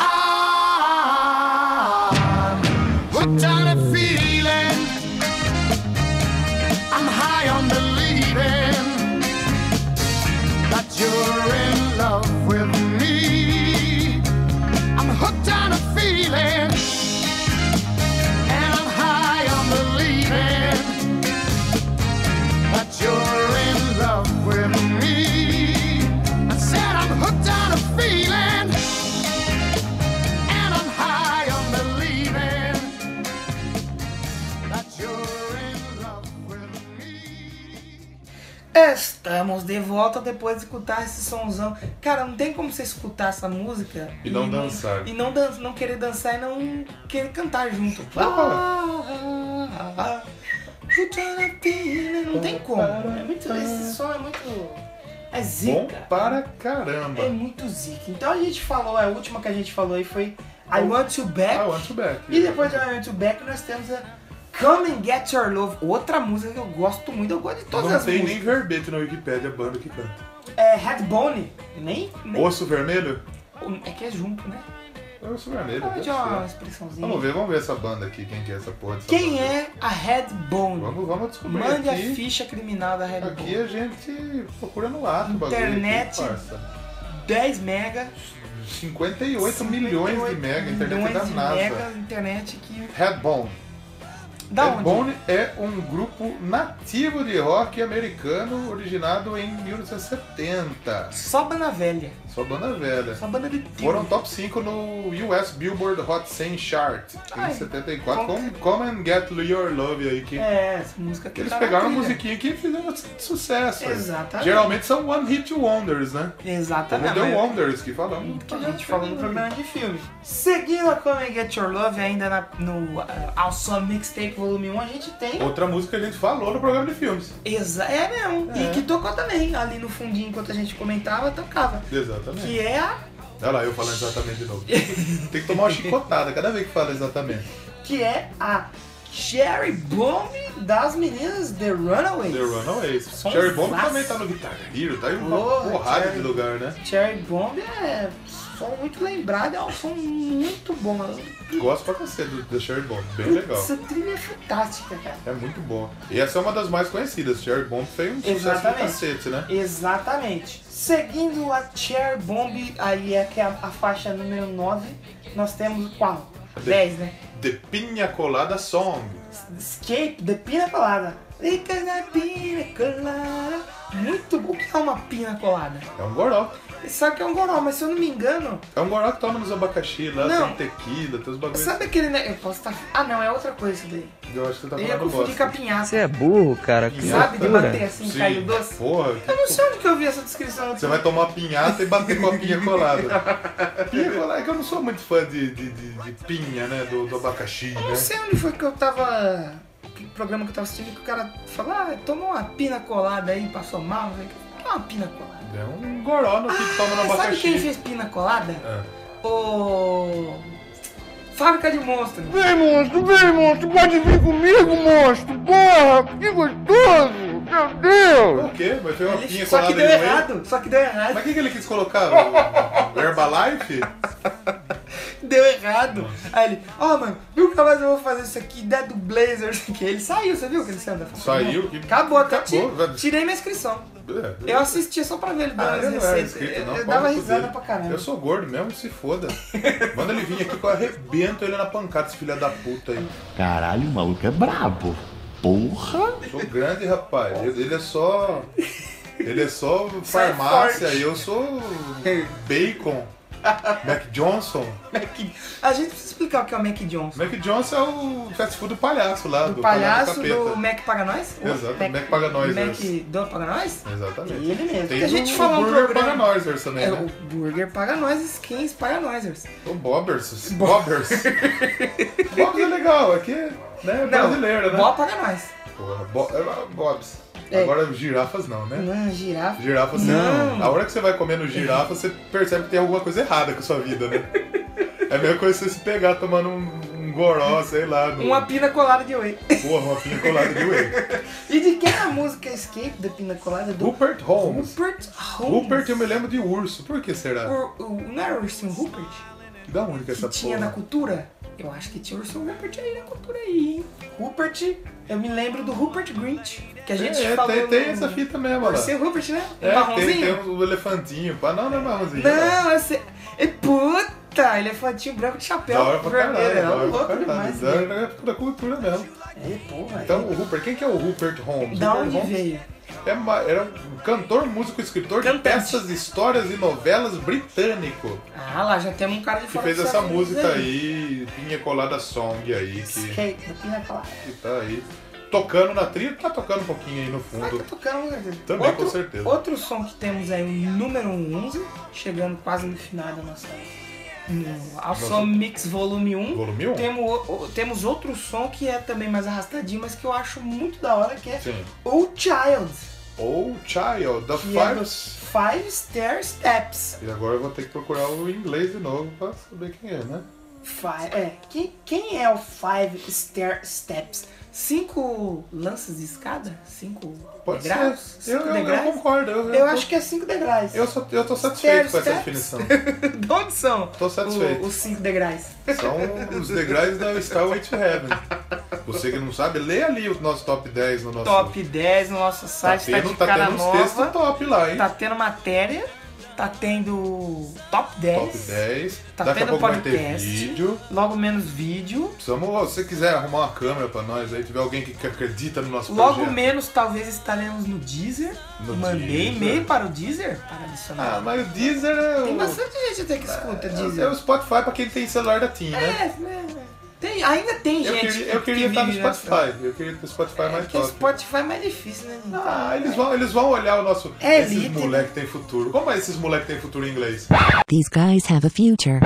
Ah, I'm hooked on a feeling. I'm high on believing that you're in love with me. I'm hooked on a feeling. And I'm high on believing that you're in love with me. I said I'm hooked on a feeling. And I'm high on believing that you're in love with me. Estamos de volta depois de escutar esse somzão. Cara, não tem como você escutar essa música E não dançar. E não, dan não querer dançar e não querer cantar junto. Não tem como. É muito, esse som é muito. É Bom zica. para caramba. É muito zica. Então a gente falou, a última que a gente falou aí foi I Want You Back. I want you back. E depois de I Want You Back nós temos a Come and Get Your Love, outra música que eu gosto muito. Eu gosto de todas Não as tem músicas. nem verbete na Wikipédia a banda que canta. É Headbone, nem, nem- Osso vermelho? É que é junto, né? É osso vermelho. Ah, deve de uma ser. expressãozinha. Vamos ver, vamos ver essa banda aqui, quem que é essa porra dessa Quem banda. é a Headbone? Vamos, vamos descobrir Mande a aqui. ficha criminal da Aqui Headbone. a gente procura no ato o bagulho. aqui, Internet. parça. 10 mega. 58 milhões de 58 mega, internet milhões da de NASA. mega, internet que... Headbone. Da onde? Headbone é um grupo nativo de rock americano originado em 1970. Só banda velha. Sua banda velha. Só banda de tio. Foram top 5 no US Billboard Hot 100 Chart Ai, em 74 com- com Come and Get Your Love aí que É, essa música que eles tá na pegaram a trilha. musiquinha que fizeram sucesso. Exatamente. Tá Geralmente são One Hit Wonders, né? Como Exatamente. The Wonders que falamos. Hum, que a gente falou no programa de filme. Seguindo a Come and Get Your Love, ainda na- no ah, Ao Sua Mixtape Volume 1, a gente tem. Outra música que a gente falou no programa de filmes. Exa é mesmo. E que tocou também. Ali no fundinho, enquanto a gente comentava, tocava. Exatamente. Que é a Olha lá, eu falando exatamente de novo. Tem que tomar uma chicotada cada vez que fala exatamente. que é a Cherry Bomb das meninas The Runaways. The Runaways. Som é Cherry Bomb fácil. também tá no Guitar Hero, tá em uma Porra, porrada um Cherry. de lugar, né? Cherry Bomb é som muito lembrado, é um som muito bom. Gosto pra cacete do, do Cherry Bomb, bem É legal. Essa trilha é fantástica, cara. É muito bom. E essa é uma das mais conhecidas. Cherry Bomb foi um sucesso do Exatamente. cacete, né? Exatamente. Seguindo a Cherry Bomb, aí é que é a, a faixa número 9, nós temos qual? 10, né? The Pina Colada Song. Escape, The Pina Colada. Lica da pina colada. Muito bom. O que é uma pina colada? É um goró. Sabe que é um goró, mas se eu não me engano, É um goró que toma nos abacaxi lá, Não. tem tequila, tem os bagulhos. sabe aquele. ne- Eu posso estar. Ah, não, é outra coisa isso daí. Eu acho que você tá Eu ia falando confundir com a bosta. pinhaça. Você é burro, cara. Que Sabe de loucura. bater assim, Sim. caiu doce? Porra, Eu não sei onde que eu vi essa descrição. você vai tomar pinhata e bater com a pinha colada. pinha colada é que eu não sou muito fã de, de, de, de pinha, né? Do, do abacaxi, Eu não né? sei onde foi que eu tava. Que programa que eu tava assistindo que o cara falou, ah, tomou uma pina colada aí, passou mal. Eu falei, "Que uma pina colada. É um goró no que toma no Ah, sabe abacaxi. quem fez pina colada? Ah. O. Fábrica de Monstros. Vem, monstro, vem, monstro, pode vir comigo, monstro. Porra, que gostoso. Meu Deus. O quê? Vai ter uma Ele- pinha Só colada que deu aí no meio? errado, só que deu errado. Mas o que, que ele quis colocar? O- o Herbalife? Deu errado. Aí ele, ó, mano, nunca mais eu vou fazer isso aqui, dá do Blazer, isso aqui. Ele saiu, você viu que ele saiu da fábrica? Saiu. Que... Acabou, tá tipo- até ti- Acabou, velho. tirei minha inscrição. É. Eu assistia só pra ver ele Ah, dando eu as não era receitas. inscrito, Eu, não. eu pau dava no cu risada dele. pra caramba. Eu sou gordo mesmo, se foda. Manda ele vir aqui que eu arrebento ele na pancada, esse filho da puta aí. Caralho, o maluco é brabo. Porra! Sou grande, rapaz. Ele ele é só. Ele é só Sai farmácia, forte. eu sou bacon. Mac Johnson. Mac- A gente precisa explicar o que é o Mac Johnson. Mac Johnson é o fast food do palhaço lá, do, O palhaço capeta. do Mac Paga Nós? Exato, Mac Paga Nós, Mac né? Dono Paga Nós? Exatamente. Ele mesmo. Tem Porque a gente o falou um Burger programa. Paganoisers também, É, né? o Burger Paga Nós, Skins Paga Nós. O Bobbers. Bobbers. Bobbers é legal, aqui é né, brasileiro, né? Boa Paga Nós. Porra, bo é, Bobs. É. Agora girafas não, né? Não, girafa. Girafa você. Não. A hora que você vai comendo girafa, você percebe que tem alguma coisa errada com a sua vida, né? É a mesma coisa que você se pegar tomando um, um goró, sei lá, no, Uma pina colada de whey. porra, uma pinha colada de whey. E de quem é a música Escape da pina colada? Do Rupert Holmes. Rupert Holmes. Rupert eu me lembro de urso. Por que será? Por- o- Não era o Ursinho Rupert? Da onde que é Que essa tinha na porra? cultura? Eu acho que tinha o Ursinho Rupert aí na cultura aí, hein? Rupert, eu me lembro do Rupert Grinch. Que a gente é, falou... tem, tem no- essa fita mesmo, olha lá. Ursinho Rupert, né? É, tem, Marronzinho? tem um elefantinho. pá. Não, não é marronzinho. Não, eu sei. E puta, elefantinho branco de Da hora chapéu pra vermelho. caralho, Era da hora pra louco caralho. demais. Da- né? da época da cultura mesmo. É, porra. Então, o Rupert, quem que é o Rupert Holmes? Da Rupert onde Holmes veio? é ma- era um cantor, músico, escritor de Cantante. peças, histórias e novelas britânico. Ah lá, já temos um cara de Que fora fez dos essa Estados Unidos música aí, Pinha Colada Song aí, que, Escape, da pina colada. que tá aí tocando na trilha, tá tocando um pouquinho aí no Vai tá fundo. tocando, com certeza. Também, outro, com certeza. Outro som que temos aí, o número 11, chegando quase no final da nossa. No ao som Mix Volume 1. Volume 1? Temos, o- o- temos outro som que é também mais arrastadinho, mas que eu acho muito da hora, que é Sim. O Child, Oh Child, The que é do Fives. Five Stair Steps. E agora eu vou ter que procurar o inglês de novo pra saber quem é, né? Five, é, quem, quem é o Five Stair Steps? Cinco lanças de escada? Cinco Pode degraus? ser. Eu, Cinco eu- eu degraus? concordo. Eu, Eu acho que é cinco degraus. eu, sou- eu tô satisfeito com essa Steps. definição. De onde são? Tô satisfeito. o- Os cinco degraus. São os degraus da Skyway to Heaven. Você que não sabe, lê ali o nosso top 10 no nosso Top 10 no nosso Tá site, tá, tendo, de tá cara tendo uns textos nova. top lá, hein? Tá tendo matéria, tá tendo top 10. Top 10. Tá Daqui a tendo pouco vai ter podcast. vídeo. Logo menos vídeo. Precisamos, se você quiser arrumar uma câmera pra nós aí, tiver alguém que que acredita no nosso Logo projeto. menos talvez estaremos no Deezer. No Mandei Deezer. e-mail para o Deezer para adicionar. Ah, mas o Deezer é o, Tem bastante gente até que escuta é Deezer. o Spotify pra quem tem celular da TIM, né? É, né? Tem, ainda tem Eu gente. queria, eu que queria estar no vive nessa- Spotify. Eu queria ter o Spotify É mais porque o top. Spotify é mais difícil, né? Não. Ah, eles vão, eles vão olhar o nosso. É esses elite, né? moleque tem futuro. Como é esses moleque tem futuro em inglês? These guys have a future.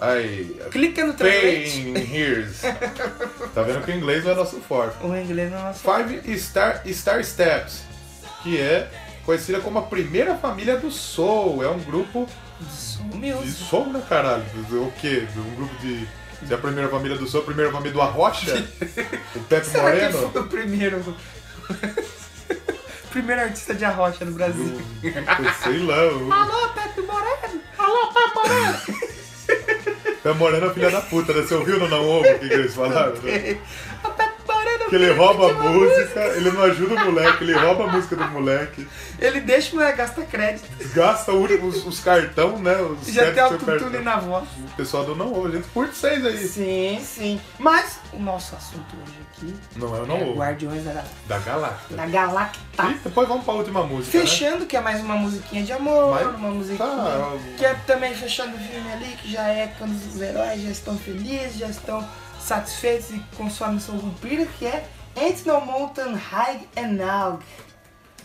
Aí, Clica no translate. Pain Hears. tá vendo que o inglês não é nosso forte. O inglês não é nosso. Five Star, Star Steps, que é conhecida como a primeira família do Soul. É um grupo Humilde. de Soul, né, caralho? Do- O quê? Um grupo de Se é a primeira família do Sou, a primeira família do Arrocha, o Pepe Será que Moreno, foi o primeiro? primeiro artista de arrocha no Brasil. eu sei lá, o Alô, Pepe Moreno! Alô, Pepe Moreno! Pepe Moreno é filha da puta, né? Você ouviu no Não Ovo o que, que eles falaram? Que O Pepe Moreno! ele filho rouba a de uma música, ele não ajuda o moleque, ele rouba a música do moleque, Ele deixa o moleque gastar crédito. gasta o- os, os cartão, né? Os Já tem créditos do seu autotune cartão. na voz. O pessoal do Não Ovo, a gente curte vocês aí. Sim, sim. Mas o nosso assunto hoje aqui Não é é o Ah. Não Ovo, Guardiões da, da Galáctica. da Galacta. E depois vamos pra última música, né? Fechando, que é mais uma musiquinha de amor, Mas- uma musiquinha. Tá, Que é também fechando o filme ali, que já é quando os heróis já estão felizes, já estão satisfeitos e consomem sua cumprida, que é Ain't no mountain high enough.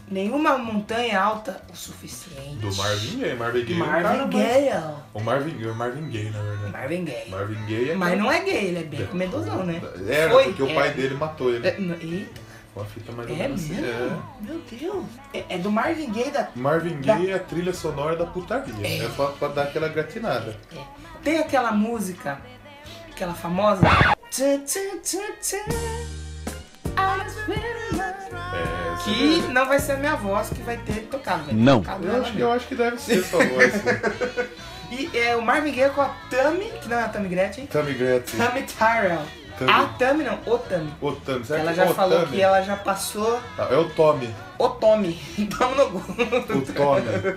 Nenhuma montanha alta o suficiente. do Marvin Gaye. Marvin Gaye é um cara Marvin mais- Gaye. O Marvin, o Marvin Gaye, na verdade. Marvin Gaye. Marvin Gaye é Mas não é gay, ele é bem comedozão, né? Era, Foi, porque o é. pai dele matou ele. É, não, Eita, Uma fita mais ou é menos assim. mesmo? É. Meu Deus. É, é do Marvin Gaye da Marvin Tá. Gaye é a trilha sonora da putaria. É, pra, pra dar aquela gratinada. Tem aquela música, aquela famosa. Tã, tã, tã, tã. É, Que não vai ser a minha voz que vai ter tocado, vai ter Não. tocado eu ela acho, que, mesmo. eu acho que deve ser sua voz. né? E é o Marvin Gaye com a Tammy, que não é a Tammy Gretchen, Tammy Gretchen. Tammy Tyrell. Tammy. A Tammy não, o Tammy. O Tammy. Será Ela que já é o falou Tammy? que ela já passou Não, é o Tommy. o Tommy. Tamo no gol. O Tommy.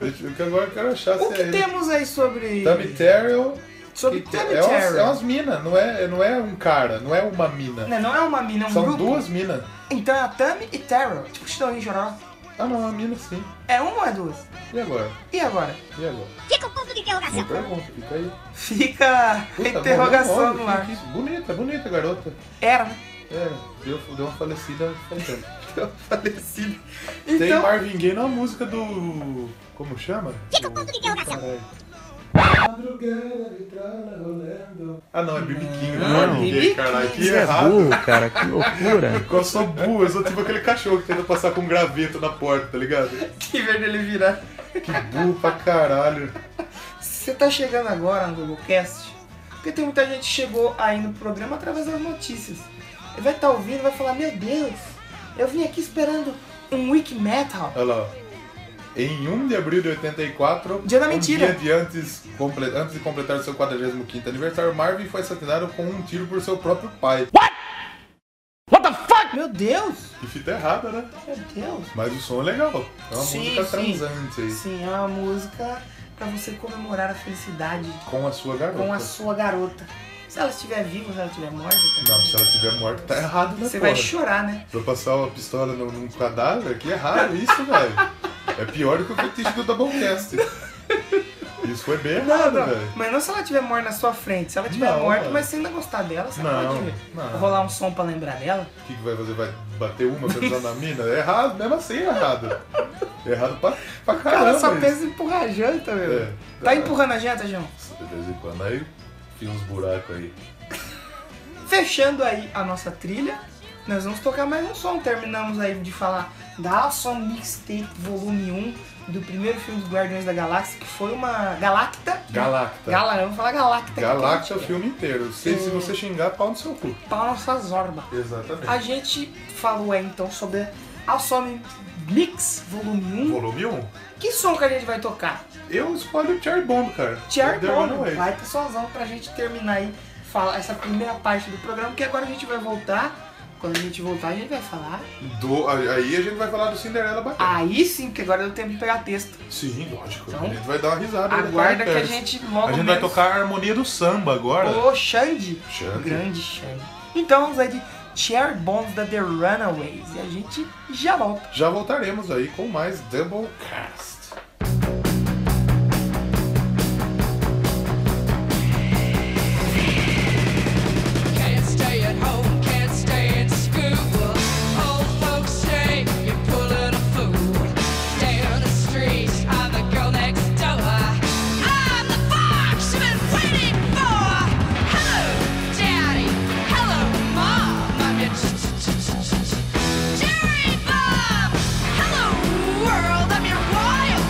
Deixa eu- que agora eu quero achar O se é que ele. temos aí sobre. Tammy Terrell. Sobre que- Tammy é, umas, Terrell? é umas minas, não é, não é um cara, não é uma mina. Não, não é uma mina, é um São grupo. duas minas. Então é a Tammy e Terrell. Tipo, Chitãozinho e Chororó. Ah não, é uma mina sim. É uma ou é duas? E agora? E agora? E agora? Fica o ponto de interrogação. Não pergunta, fica aí. Fica a Puta, interrogação mano, no que- ar. que- Bonita, bonita garota. Era, né? É, deu, deu uma falecida faz tempo. Falecida. Tem Então, Marvin Gaye na música do. Como chama? Fica o ponto de interrogação. Caralho. Madrugada, vitrola rolando. Ah não, é BB King, não é Marvin Gaye, BB caralho. Que Você é errado. burro, cara, que loucura. Eu sou burro, eu sou tipo aquele cachorro que tenta passar com um graveto na porta, tá ligado? que verde ele virar. Burro pra caralho. Se você tá chegando agora no Googlecast, porque tem muita gente que chegou aí no programa através das notícias. Ele vai estar ouvindo e vai falar, meu Deus, eu vim aqui esperando um Wiki Metal. Olha lá. ó. Em 1 de abril de 84, Dia da um mentira. dia de antes, comple- antes de completar seu 45º aniversário, Marvin foi assassinado com um tiro por seu próprio pai. Meu Deus, Que fita errada, né? meu Deus. Mas o som é legal. É uma Sim, música sim. transante aí. Sim, é uma música pra você comemorar a felicidade Com a sua garota. com a sua garota. Se ela estiver viva, se ela estiver morta, Não, se ela tiver morta, tá errado, né, você porra? vai chorar, né? Pra passar uma pistola num, num cadáver, que errado isso, velho. É pior do que o fetiche do Doublecast. Isso foi bem errado, velho. Mas não se ela tiver morta na sua frente. Se ela tiver Não, morta, mano. mas você ainda gostar dela, você Não, pode não. rolar um som pra lembrar dela. O que, que vai fazer? Vai bater uma pra entrar na mina? É errado, mesmo assim é errado. É errado pra, pra Cara, caramba. só isso. pensa em empurrar a janta, meu. É. Tá empurrando a janta, João? De vez em quando aí fiz uns buracos aí. Fechando aí a nossa trilha, nós vamos tocar mais um som. Terminamos aí de falar da Awesome Mixtape Volume 1 do primeiro filme dos Guardiões da Galáxia, que foi uma Galacta. Galacta. Galera, vamos falar Galacta. Galáctica é o filme inteiro. Se, Hum. se você xingar, pau no seu cu. né? Pau nossas orbas. Exatamente. A gente falou aí então sobre Awesome Mix Volume 1. Volume 1. Que som que a gente vai tocar? Eu escolho o Cherry Bomb, cara. Tier The Bomb, Runaway. vai ter sozinho pra gente terminar aí falar essa primeira parte do programa, que agora a gente vai voltar. Quando a gente voltar, a gente vai falar. Do- aí a gente vai falar do Cinderela bacana. Aí sim, porque agora deu tempo de pegar texto. Sim, lógico. Ah. Então, a gente vai dar uma risada. né, Aguarda que a cara? gente logo A gente vai menos- tocar a harmonia do samba agora. O Xande. Xande. O grande Xande. Então vamos aí de Cherry Bombs da The Runaways. E a gente já volta. Já voltaremos aí com mais Doublecast. Can't stay at home, can't stay at school. Old folks say you're pulling a fool. Down the street, I'm the girl next door. I'm the fox you've been waiting for. Hello, daddy. Hello, mom. I'm your cherry bomb. Hello, world. I'm your wild.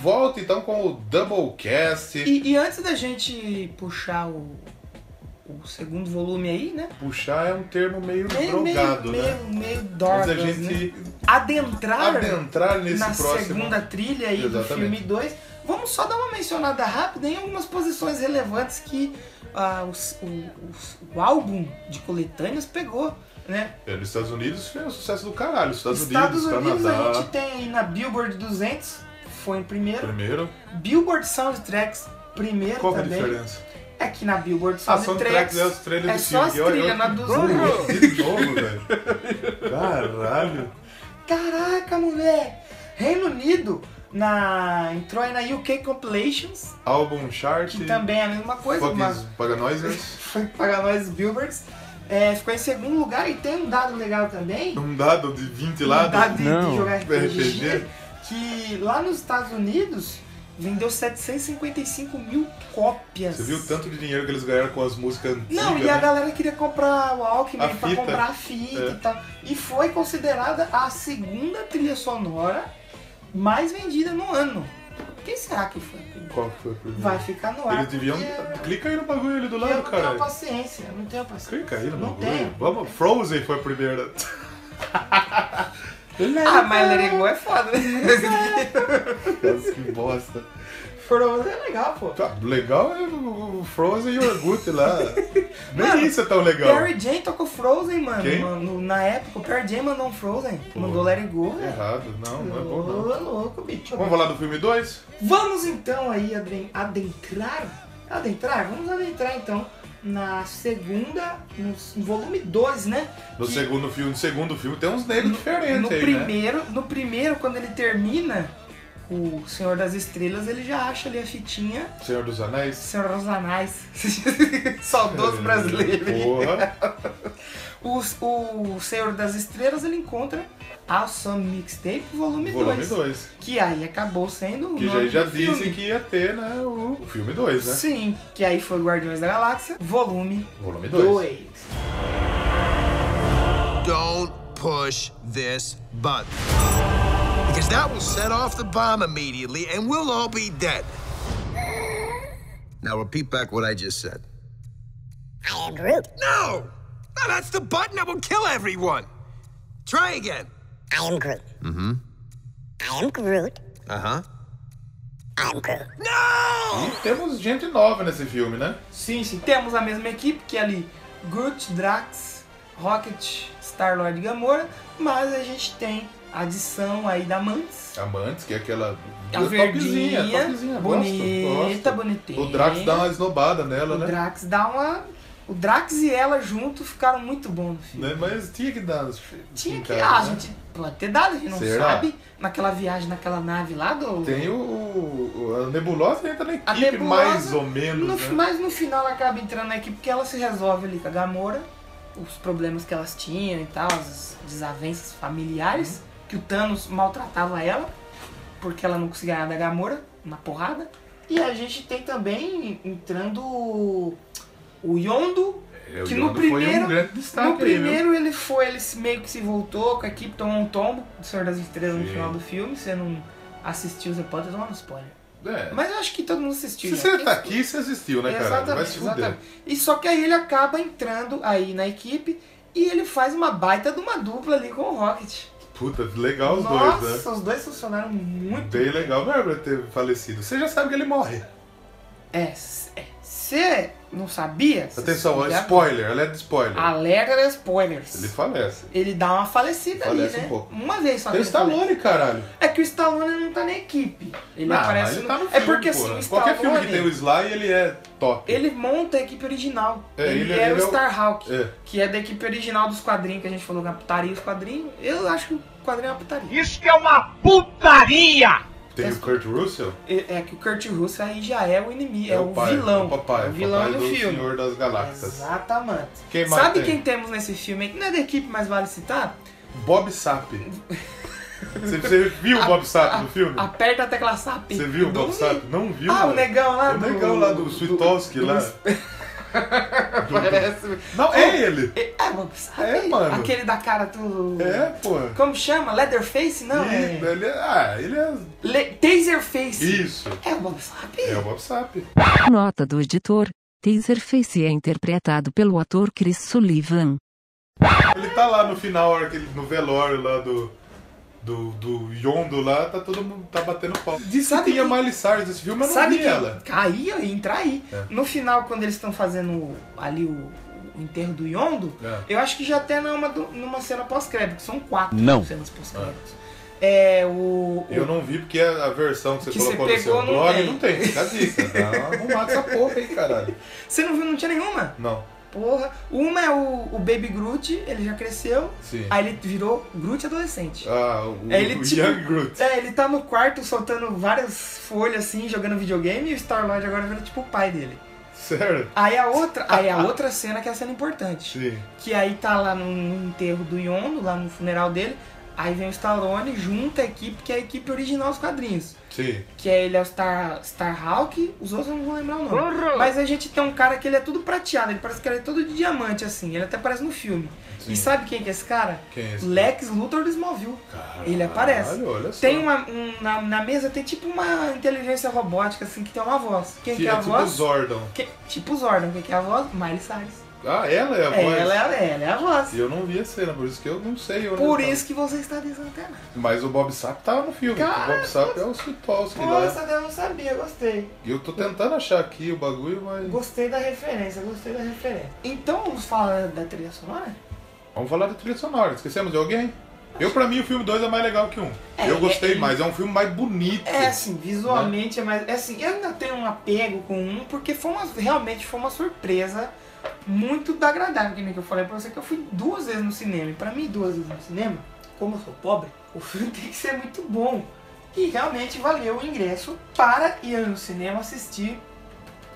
volta então com o Doublecast. E, e antes da gente puxar o, o segundo volume aí, né? Puxar é um termo meio drogado, meio, né? meio, meio Mas Dorgas, a gente né? Adentrar, adentrar nesse na próximo. segunda trilha aí do Exatamente. filme 2. Vamos só dar uma mencionada rápida em algumas posições relevantes que ah, os- o, os- o álbum de coletâneas pegou, né? É, nos Estados Unidos foi um sucesso do caralho. Estados, Estados Unidos, Canadá. a gente tem aí na Billboard 200, foi em primeiro. Primeiro. Billboard Soundtracks, primeiro Qual que é a também. diferença? É que na Billboard Ah, são Soundtracks tracks, é os trailers é do só as filme. trilhas, na do 200 De novo, velho. Caralho. Caraca, moleque! Reino Unido na, entrou aí na UK Compilations, Álbum chart. que também é a mesma coisa, mas Fucking Paganoisers. foi pagar nós os Billboards. É, ficou em segundo lugar e tem um dado legal também. Um dado de 20 Um lados. dado de, Não. de jogar RPG, RPG. que lá nos Estados Unidos vendeu 755 mil cópias. Você viu o tanto de dinheiro que eles ganharam com as músicas antigas? Não, e a né? galera queria comprar o Alckmin A pra fita. comprar a fita É. e tal. E foi considerada a segunda trilha sonora mais vendida no ano. Quem será que foi a primeira? Qual que foi o primeiro? Vai ficar no ar. Eles deviam. porque eu- Clica aí no bagulho ali do eu lado, não tenho cara. paciência, eu não tenho paciência. Clica aí no Não bagulho. tenho. Vamos. Frozen foi a primeira. Ah, mas Lerigol é foda, né? Nossa, que bosta. Frozen é legal, pô. Tá, legal é o o Frozen e o Orgut lá. Nem isso é tão legal. Perry Jane tocou Frozen, mano. Quem? mano, na época, o Perry Jane mandou um Frozen. Pô. Mandou Let It Go, velho. Errado, não, não é bom não. Ô, louco, bicho. Vamos falar do filme 2? Vamos então aí adren- adentrar, adentrar, vamos adentrar então na segunda, no s- volume 2, né? No Que segundo filme, no segundo filme tem uns negros diferentes no aí, né? primeiro, no primeiro quando ele termina o Senhor das Estrelas, ele já acha ali a fitinha Senhor dos Anéis. Senhor dos Anais. É. Saudoso brasileiro. hein? Porra. Os- O, Senhor das Estrelas, ele encontra Awesome Mixtape Volume Volume 2. 2. Que aí acabou sendo o Que já, nome já do disse filme. que ia ter, né? O, o filme 2, né? Sim, que aí foi Guardiões da Galáxia, volume Volume 2. 2. Don't push this button. Because that will set off the bomb immediately and we'll all be dead. Now repeat back what I just said. I am Groot. No! No, that's the button that will kill everyone! Try again. I am Groot. Mm-hmm. I am Groot. Uh-huh. I am Groot. No! E temos gente nova nesse filme, né? Sim, sim, temos a mesma equipe que é ali Groot, Drax, Rocket, Star-Lord e Gamora, mas a gente tem a adição aí da Mantis. Amantes, que é aquela. A verdinha, topzinha, bonita, gosto, gosto. bonitinha. O Drax dá uma esnobada nela, O né? Drax dá uma... O Drax e ela junto ficaram muito bons no filme. Né? Mas tinha que dar. Tinha que... encarar, Ah, a né? gente pode ter dado, a gente não Será? sabe. Naquela viagem, naquela nave lá do... Tem o, o- a nebulosa entra na A equipe Nebulosa, mais ou menos, no- né? Mas no final ela acaba entrando na equipe porque ela se resolve ali com a Gamora, os problemas que elas tinham e tal, as desavenças familiares, Uhum. que o Thanos maltratava ela, porque ela não conseguia ganhar da Gamora, na porrada. E a gente tem também entrando o o Yondo, É, o que no Yondo foi um primeiro, grande destaque no aí, viu? primeiro ele foi, ele se- meio que se voltou com a equipe, tomou um tombo do Senhor das Estrelas no Sim. final do filme. Se você não assistiu, você pode tomar um spoiler. É. Mas eu acho que todo mundo assistiu. Se né? você Quem- tá aqui, você assistiu, né, cara? Vai se fuder. E só que aí ele acaba entrando aí na equipe e ele faz uma baita de uma dupla ali com o Rocket. Puta, legal os Nossa, dois, né? os dois funcionaram muito. Bem legal, não era pra ter falecido. Você já sabe que ele morre. É, você não sabia? Cê Atenção, ó, soube agora. spoiler, alerta de spoiler. Alerta de spoilers. Ele Ele, falece. dá uma falecida Falece ali, um né? pouco. Uma vez só. Tem o que ele falece. Stallone, caralho. É que o Stallone não tá na equipe. Ele Ah, aparece mas no... ele tá no É filme, porque assim, porra. o Qualquer Stallone... filme que tem o Sly, ele é top. Ele monta a equipe original. É, ele, ele- era ele é o o- Starhawk, é. que é da equipe original dos quadrinhos que a gente falou, na putaria os quadrinhos. Eu acho que o quadrinho é uma putaria. Isso que é uma putaria! Tem o Kurt Russell, É, é que o Kurt Russell aí já é o inimigo, é, o pai, vilão. o papai, é o o vilão papai do, filme. Senhor das Galáxias. Exatamente. Quem mais Sabe tem? quem temos nesse filme aí? que Não é da equipe, mas vale citar? Bob Sap. Você, você viu o Bob Sap no filme? Aperta a tecla SAP. Você viu o Do- Bob Sap? Não viu? Ah, o mano. negão lá O do- negão lá do Sweetowski lá. Parece. Não, é ele! É, é diabo, sabe? É, mano. Aquele da cara tudo. É, pô. Como chama? Leatherface? Não, Ih, é. ele é- Ah, ele é. Le... Taserface. Isso. É o Bob Sapp. É o Bob Sap. Nota do editor: Taserface é interpretado pelo ator Chris Sullivan. Ele tá lá no final, a hora que ele- no velório lá do. Do, do Yondo lá, tá todo mundo tá batendo pau. Diz que Sabe tem a que- Miley Cyrus nesse filme, mas não Sabe vi que ela. Aí, aí, entra aí. né? É. No final, quando eles estão fazendo o- ali o, o enterro do Yondo, É. eu acho que já até numa, do- numa cena pós-crédito. São quatro Não. cenas pós-créditos. É, o. Eu não vi porque a, a versão que você Que você colocou no pegou, seu não blog tem. não tem. Fica a dica, tá arrumado essa porra aí, caralho. Você não viu? Não tinha nenhuma? Não, Porra. Uma é o, o Baby Groot, ele já cresceu. sim. Aí ele virou Groot adolescente. Ah, o, É, ele o tipo- Young Groot. É, ele tá no quarto soltando várias folhas assim, jogando videogame e o Star-Lord agora virou tipo o pai dele. Sério? Aí a outra, aí a outra cena que é a cena importante. Sim. Que aí tá lá no enterro do Yondo, lá no funeral dele. Aí vem o Stallone, junta a equipe, que é a equipe original dos quadrinhos. Sim. Que é ele é o Star, Starhawk, os outros eu não vou lembrar o nome. Mas a gente tem um cara que ele é tudo prateado, ele parece que ele é todo de diamante, assim. Ele até aparece no filme. Sim. E sabe quem que é esse cara? Quem é esse? Lex Luthor do Smallville. Ele aparece. Caralho, olha só. É, Tem uma. um- na, na mesa tem tipo uma inteligência robótica, assim, que tem uma voz. Quem que Que é a é tipo voz? Zordon. Que- tipo Zordon, quem que é a voz? Miley Cyrus. Ah, ela é a É, voz? ela, é, ela é a voz. E eu não vi a cena, por isso que eu não sei. onde Por ele tá. isso que você está desantenado. Mas o Bob Sap tava no filme. Cara, o Bob Sap é o Sutowski Pô, lá. essa daí eu não sabia, gostei. E eu tô tentando achar aqui o bagulho, mas. Gostei da referência, gostei da referência. Então vamos falar da trilha sonora? Vamos falar da trilha sonora. Esquecemos de alguém? Eu, pra mim, o filme 2 é mais legal que um. eu gostei mais, é um filme mais bonito. É assim, visualmente é mais. É assim, eu ainda tenho um apego com um, porque foi uma, realmente foi uma surpresa muito da agradável, que nem que eu falei pra você, que eu fui duas vezes no cinema. E pra mim, duas vezes no cinema, como eu sou pobre, o filme tem que ser muito bom. E realmente valeu o ingresso para ir no cinema assistir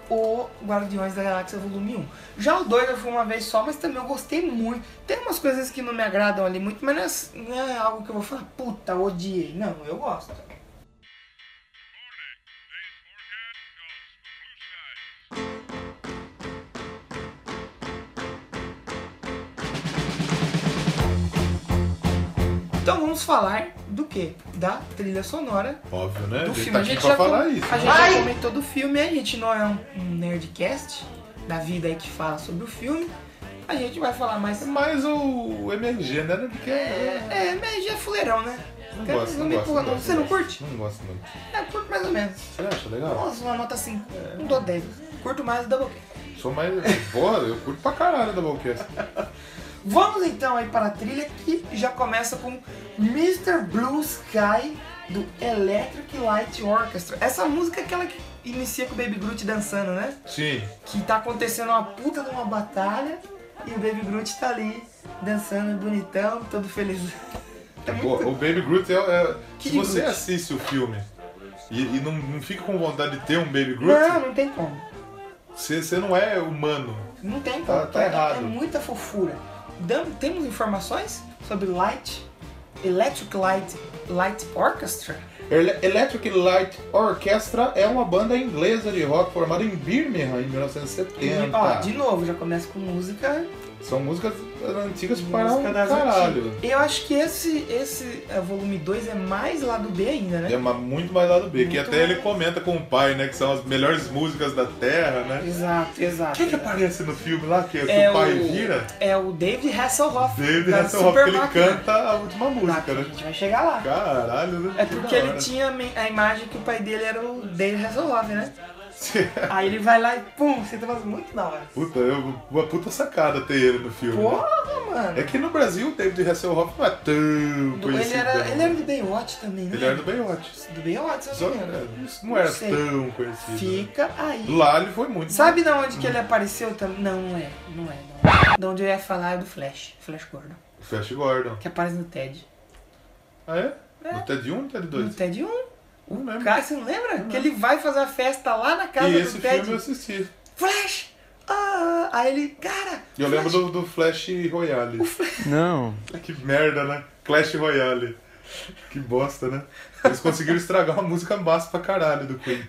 o Guardiões da Galáxia Volume 1. Já o 2 eu fui uma vez só, mas também eu gostei muito. Tem umas coisas que não me agradam ali muito, mas não é, não é algo que eu vou falar, puta, odiei. Não, eu gosto. Então vamos falar do que? Da trilha sonora Óbvio, né? do Ele filme. tá a aqui gente pra já, falar com- isso. A né? gente já comentou do filme, a gente não é um, um nerdcast da vida aí que fala sobre o filme. A gente vai falar mais. Mas o MRG, né? Porque é. É, mas já é fuleirão, né? Não Cara, gosto, não não me gosto, empurra, não não. gosto, Você não curte? Não gosto muito. É, curto mais ou menos. Você acha legal? Nossa, uma nota 5. Não dou 10. Curto mais o Doublecast. Sou mais. Porra, eu curto pra caralho da Ballcast. Vamos então aí para a trilha que já começa com Mr. Blue Sky do Electric Light Orchestra. Essa música é aquela que inicia com o Baby Groot dançando, né? Sim. Que tá acontecendo uma puta de uma batalha e o Baby Groot tá ali dançando bonitão, todo feliz. É Pô, muito... o Baby Groot é. é- Que se você Groot? assiste o filme e, e não, não fica com vontade de ter um Baby Não, Groot, não tem como. você você não é humano. Não tem como. Tá- tá é, errado. é muita fofura. Dam- temos informações sobre Light, Electric Light, Light Orchestra? Ele- Electric Light Orchestra é uma banda inglesa de rock formada em Birmingham E, ó, em de 1970. novo, já começa com música São músicas antigas para um Música das caralho. antigas. Eu acho que esse, esse é, volume 2 é mais lado B ainda, né? É uma- muito mais lado B, que Muito até mais. ele comenta com o pai, né? Que são as melhores músicas da Terra, né? Exato, exato. Quem que aparece no filme lá que, que É o pai o- vira? É o David Hasselhoff. David da Hasselhoff, que né? ele Supermáquina. canta a última Lá, música, que a né? gente vai chegar lá. Caralho, né? É Que porque da ele hora. tinha a men- a imagem que o pai dele era o David Hasselhoff, né? Sim. Aí ele vai lá e pum, você tá fazendo muito da hora. Puta, eu, uma puta sacada ter ele no filme. né? Porra, mano. É que no Brasil o David Hasselhoff não é tão Do- ele, conhecido. era, não. ele é era do Baywatch também, né? Ele era do Baywatch. do Baywatch, eu Só, assim, né? não é, lembro. não era sei. tão conhecido. né? Fica aí. Lá ele foi muito. Sabe de onde que ele apareceu também? Não, não é, não é, não é. De onde eu ia falar é do Flash, Flash Gordon, Flash Gordon. que aparece no TED. Ah, é? No TED 1 ou TED No 2? TED 1. Não lembro. Cara, você não lembra? Que ele vai fazer a festa lá na casa E do esse TED. filme é eu assisti. Flash! Ah! Aí ele, cara! E eu lembro do, do Flash Royale. Não. Que merda, né? Clash Royale. Que bosta, né? Eles conseguiram estragar uma música massa pra caralho do Queen.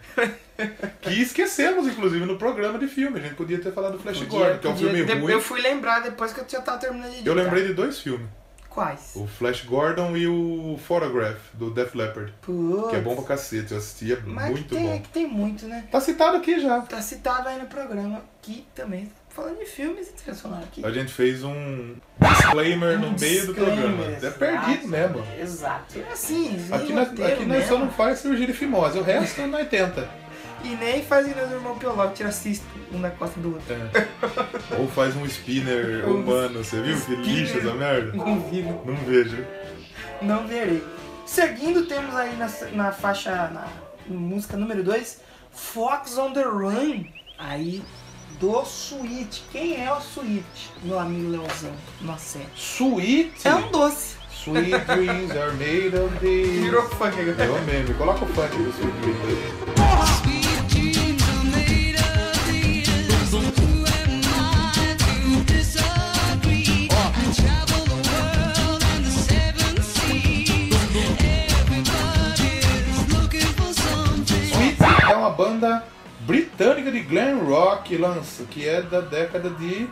Que esquecemos, inclusive, no programa de filme. A gente podia ter falado do Flash Podia, Gordon, que é um podia. filme De- ruim. Eu fui lembrar depois que eu já tava terminando de editar. Eu lembrei de dois filmes. Quais? O Flash Gordon e o Photograph, do Def Leppard. Putz. Que é bom pra cacete, eu assisti, é Mas que muito tem, bom. que tem muito, né? Tá citado aqui já. Tá citado aí no programa, que também tá falando de filmes e trilha sonora aqui. A gente fez um disclaimer no Um meio do disclaimer, programa. É exato. perdido mesmo. Exato. É assim, Aqui nem nós, roteiro aqui nós só mesmo. não faz cirurgia de fimose, o resto é nós tenta. E nem faz igual do irmão Pioló, que tira cisto um na costa do outro. Ou faz um spinner Um humano, você viu? Que spinner. lixo essa merda. Não vi, não. Não vejo. Não verei. Seguindo, temos aí na, na faixa, na música número 2, Fox on the Run, aí do Switch. Quem é o Switch, meu amigo Leozão? Nossa, é. Sweet. É um doce. Sweet dreams are made of this. Virou funk agora. É o meme. Coloca o funk do Sweet Dreams. Sweet é uma banda britânica de glam rock lança, que é da década de,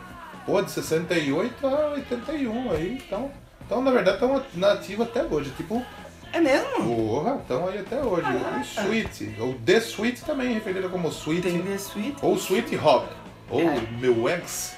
pô, de 68 a 81 aí. Então, então na verdade, estão nativa até hoje. Tipo, É mesmo? porra, estão aí até hoje. O Sweet, ou The Sweet também, referida como Sweet. Tem The Switch? Ou Sweet Hop. Ou meu ex.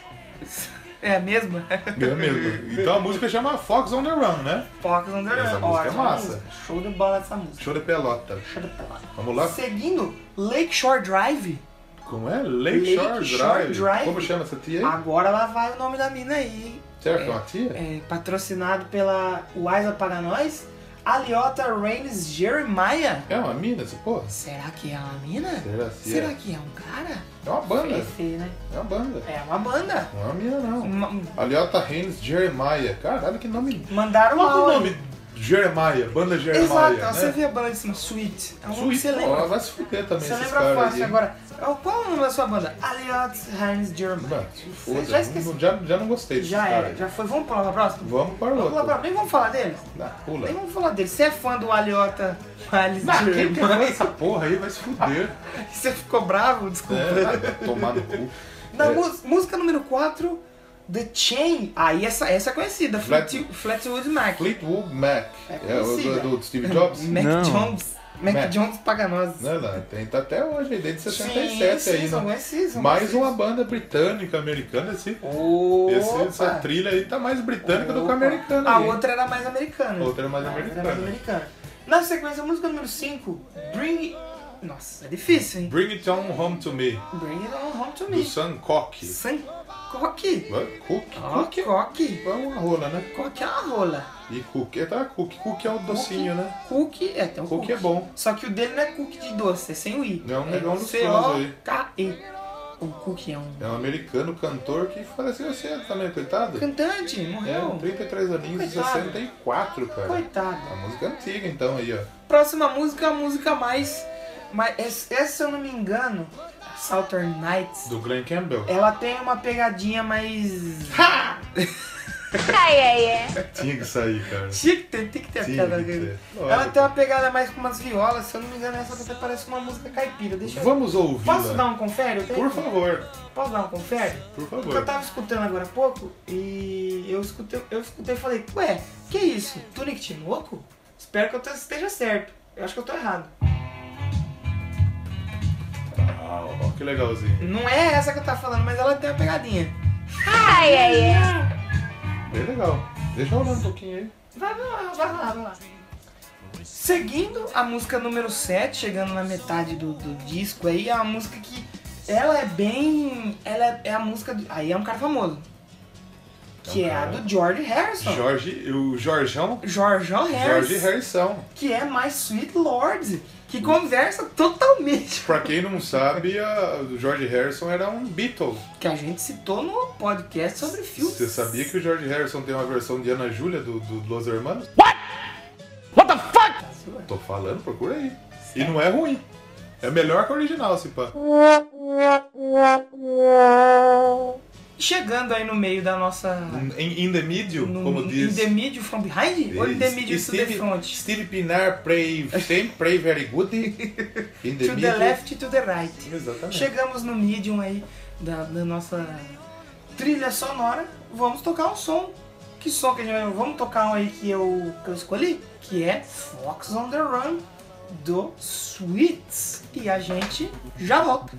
É a mesma? É mesmo. Então a música chama Fox on the Run, né? Fox on the Run. Essa música é Ótima massa. música. Show de bola essa música. Show de pelota. Show de bola. Vamos lá? Seguindo, Lakeshore Drive. Como é? Lakeshore Lakeshore Drive. Drive. Como chama essa tia aí? Agora lá vai o nome da mina aí. Será que é uma tia? É, patrocinado pela Wise Para Nós, Aliota Reigns Jeremiah. É uma mina essa porra? Será que é uma mina? Será que é? Será que é um cara? É uma banda. É feio, né? É uma banda. É uma banda. Não é uma mina, não. Ma- Aliota Haynes Jeremiah. Caralho, que nome. mandaram Qual que é o áudio. nome? Jeremiah. Banda Jeremiah. Tá Exato, você né? vê a banda de cima, Sweet. É um Sweet, você ó, lembra. vai se fuder também Você esses lembra caras fácil aí. agora. Qual o nome da sua banda? Aliota Reigns Jeremiah. Mano, se Você foda. já esqueceu. Não- Já, já não gostei desses Já caras era, aí. já foi. Vamos pular pra próxima? Vamos para o Vamos pular pra outro. Nem vamos falar deles? Ah, pula. Nem vamos falar deles. Você é fã do Aliota Reigns Ah, quem que Jeremiah? é essa porra aí vai se fuder. Você ficou bravo? Desculpa. É, vai tomar no cu. Na É, mu- música número 4, The Chain. Aí essa, essa é conhecida, Flat- Flat- Flatwood Mac. Fleetwood Mac. É É, o conhecida. do, do Steve Jobs? Mac Jones. Mac, Mac. Jones paga nós. Não, não, tem tá até hoje, aí, desde Sim, 67 aí. season, não- é season, é Mais season. uma banda britânica americana, esse, esse- Opa. essa trilha aí tá mais britânica do que Opa. americana. A aí. outra era mais americana. A outra era mais A outra americana. americana. Na sequência, música número 5, Bring... Nossa, é difícil, hein? Bring It On Home To Me, Bring It On Home To do Me. Sam Cooke. Sam Coque. Cook? Coque. Coque. É uma rola, né? Coque é uma rola. E Cook, é, tá, Cook. Cook é um docinho, né? Cookie, é, tem um Cookie cookie. é bom. Só que o dele não é cookie de doce, é sem o i. É um negão dos fãs aí. C-O-K-E. O cookie é um É um americano cantor que faleceu cedo também, coitado. cantante, morreu. É, 33 aninhos e Coitado. 64, cara. Coitado. A música antiga então aí, ó. Próxima música, a música mais... mais es- essa, se eu não me engano, Southern Nights, Do Glenn Campbell. ela tem uma pegadinha mais... É. Tinha que sair, cara. Tinha que ter, tem que ter a Tinha piada. que ter. dele. Lógico. Ela tem uma pegada mais com umas violas, se eu não me engano, essa até parece uma música caipira. Deixa eu... Vamos ouvir. Posso dar um confere? Eu tenho- Por favor, Posso dar um confere? por Porque eu favor. tava escutando agora há pouco e eu escutei, eu escutei e falei, ué, que isso? Tunic Tinoco? um Espero que eu te- esteja certo. Eu acho que eu tô errado. Ah, ó, que legalzinho. Não é essa que eu tava falando, mas ela tem uma pegadinha. Bem legal. Deixa eu olhar um pouquinho aí. Vai lá, vai lá, vai lá. Seguindo a música número 7, chegando na metade do, do disco aí, é uma música que ela é bem. Ela é, é a música. do- aí é um cara famoso. Que é, a cara. do George Harrison. Jorge, o Jorjão. Jorjão Harrison. Jorge Harrison. que é mais Sweet Lord, que conversa totalmente. Pra quem não sabe, a- o Jorge Harrison era um Beatle. Que a gente citou no podcast sobre filmes. Você sabia que o Jorge Harrison tem uma versão de Ana Júlia do, do Los Hermanos? Tô falando, procura aí. E não é ruim. assim, Hum. É melhor que o original, se pá. Chegando aí no meio da nossa. In, in the middle, no- como diz. In the middle from behind? Ou in the middle to the Steve, front? Steve Pinar pray, sempre pray very good. In the to the middle. left to the right. Exatamente. Chegamos no medium aí da, da nossa trilha sonora. Vamos tocar um som. Que som que a gente vai. Vamos tocar um aí que eu, que eu escolhi? Que é Fox on the Run do Sweets. E a gente já volta.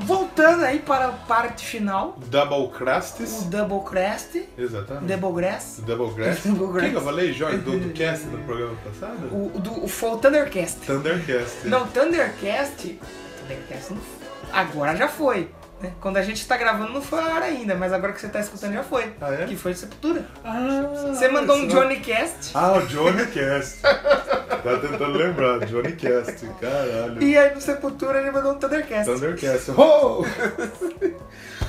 Voltando aí para a parte final, Double Crastes. o Double Crest, Exatamente. Double Grass, Double Grass. Double O que, Grass. que eu falei, Jorge, do, do cast do programa passado? o, do, o, foi o Thundercast. Thundercast. Não, Thundercast. Thundercast não- agora já foi. né? Quando a gente tá gravando não foi a hora ainda, mas agora que você tá escutando já foi. Ah, é? Que foi Sepultura. Ah, Você mandou um isso não- Johnny Cast. Ah, o Johnny Cast. tá tentando lembrar, Johnny Cast, caralho. E aí no Sepultura ele mandou um Thundercast. Thundercast. Oh!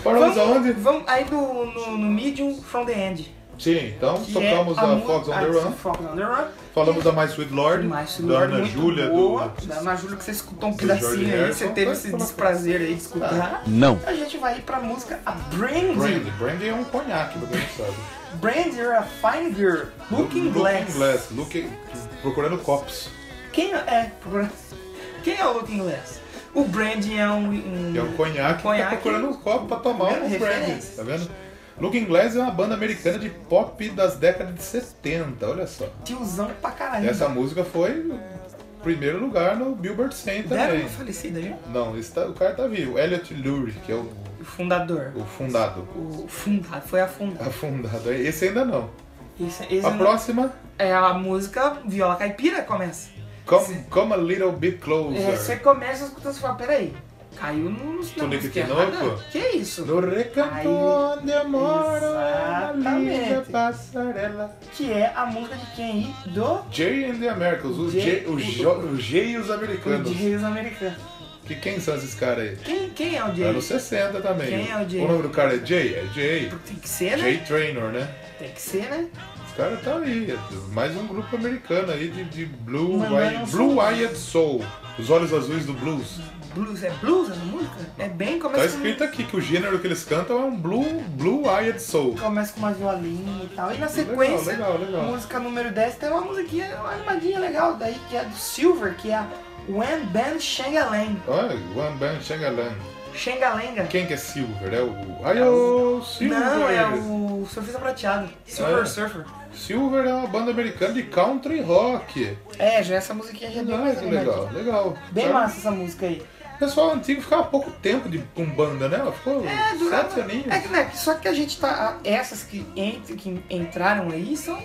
Paramos aonde? Vamos aí no, no, no Medium From the End. Sim, então que é tocamos a mu- Fox on a the Run. Fox on the Run. Falamos da My Sweet Lord, Mais da Lorde Ana é muito Júlia, boa. do... Da Ana Júlia que você escutou um do pedacinho Jorge aí, Harrison. você teve Vai esse falar- desprazer aí de escutar. Não. A gente vai ir pra música A Brandy. Brandy. Brandy é um conhaque, pra quem não sabe. Brandy era Fine Girl, Looking Glass. Looking- procurando copos. Quem é? Quem é o Looking Glass? O Brandy é um. um- Que é um conhaque, que tá Conhaque. procurando um copo pra tomar Vendo um brandy, referências. tá vendo? Looking Glass é uma banda americana de pop das décadas de 70, olha só. tiozão pra caralho. Essa música foi primeiro lugar no Billboard 100 Deram também. uma falecida já? Não, está, o cara tá vivo. Elliot Lurie, que é o, O fundador. o fundado. O fundado, foi afundado. Afundado. Esse ainda não. Isso, esse A não- próxima, É a música Viola Caipira começa. come, come a Little Bit É, você Closer. começa escutando e fala, peraí, caiu no na Tunico música Tinoco? errada? Que isso? No recanto onde eu moro, é uma linda Exatamente. passarela. Que é a música de quem ir do Jay and the Americans, o Jay- Jay, o Jo- o Jay e os americanos. Dias Americanos. Que quem são esses caras aí? Quem, quem é o Jay? Anos 60 também. Quem é o Jay? nome do cara é Jay? É Jay. Tem que ser, né? Jay Trainor, né? Tem que ser, né? Os caras tá aí. Mais um grupo americano aí de, de Blue, Mano, Eye- é um Blue som- Eyed Soul. Os olhos azuis do blues. Blues, é blues essa música? É bem, Tá começa escrito aqui que o gênero que eles cantam é um Blue, blue Eyed Soul. com, começa com uma violinha e tal. E na sequência, legal, legal. música número 10 tem uma musiquinha, uma animadinha legal daí, que é do Silver, que é a When Ben Shangalang. Olha, One Band Shangalang. Shangalenga. Quem que é Silver? É o. Ai, ô, Silver! Não, é o Surfista Prateado. Silver É. Surfer. Silver é uma banda americana de country rock. É, já essa musiquinha já é bem Ah, mais que animadinha. legal, legal. Bem Cara, massa essa música aí. O pessoal antigo ficava pouco tempo de, com banda, né? Ela Ficou É, durante. sete aninhos. É que, né, só que a gente tá. Essas que, ent- que entraram aí são.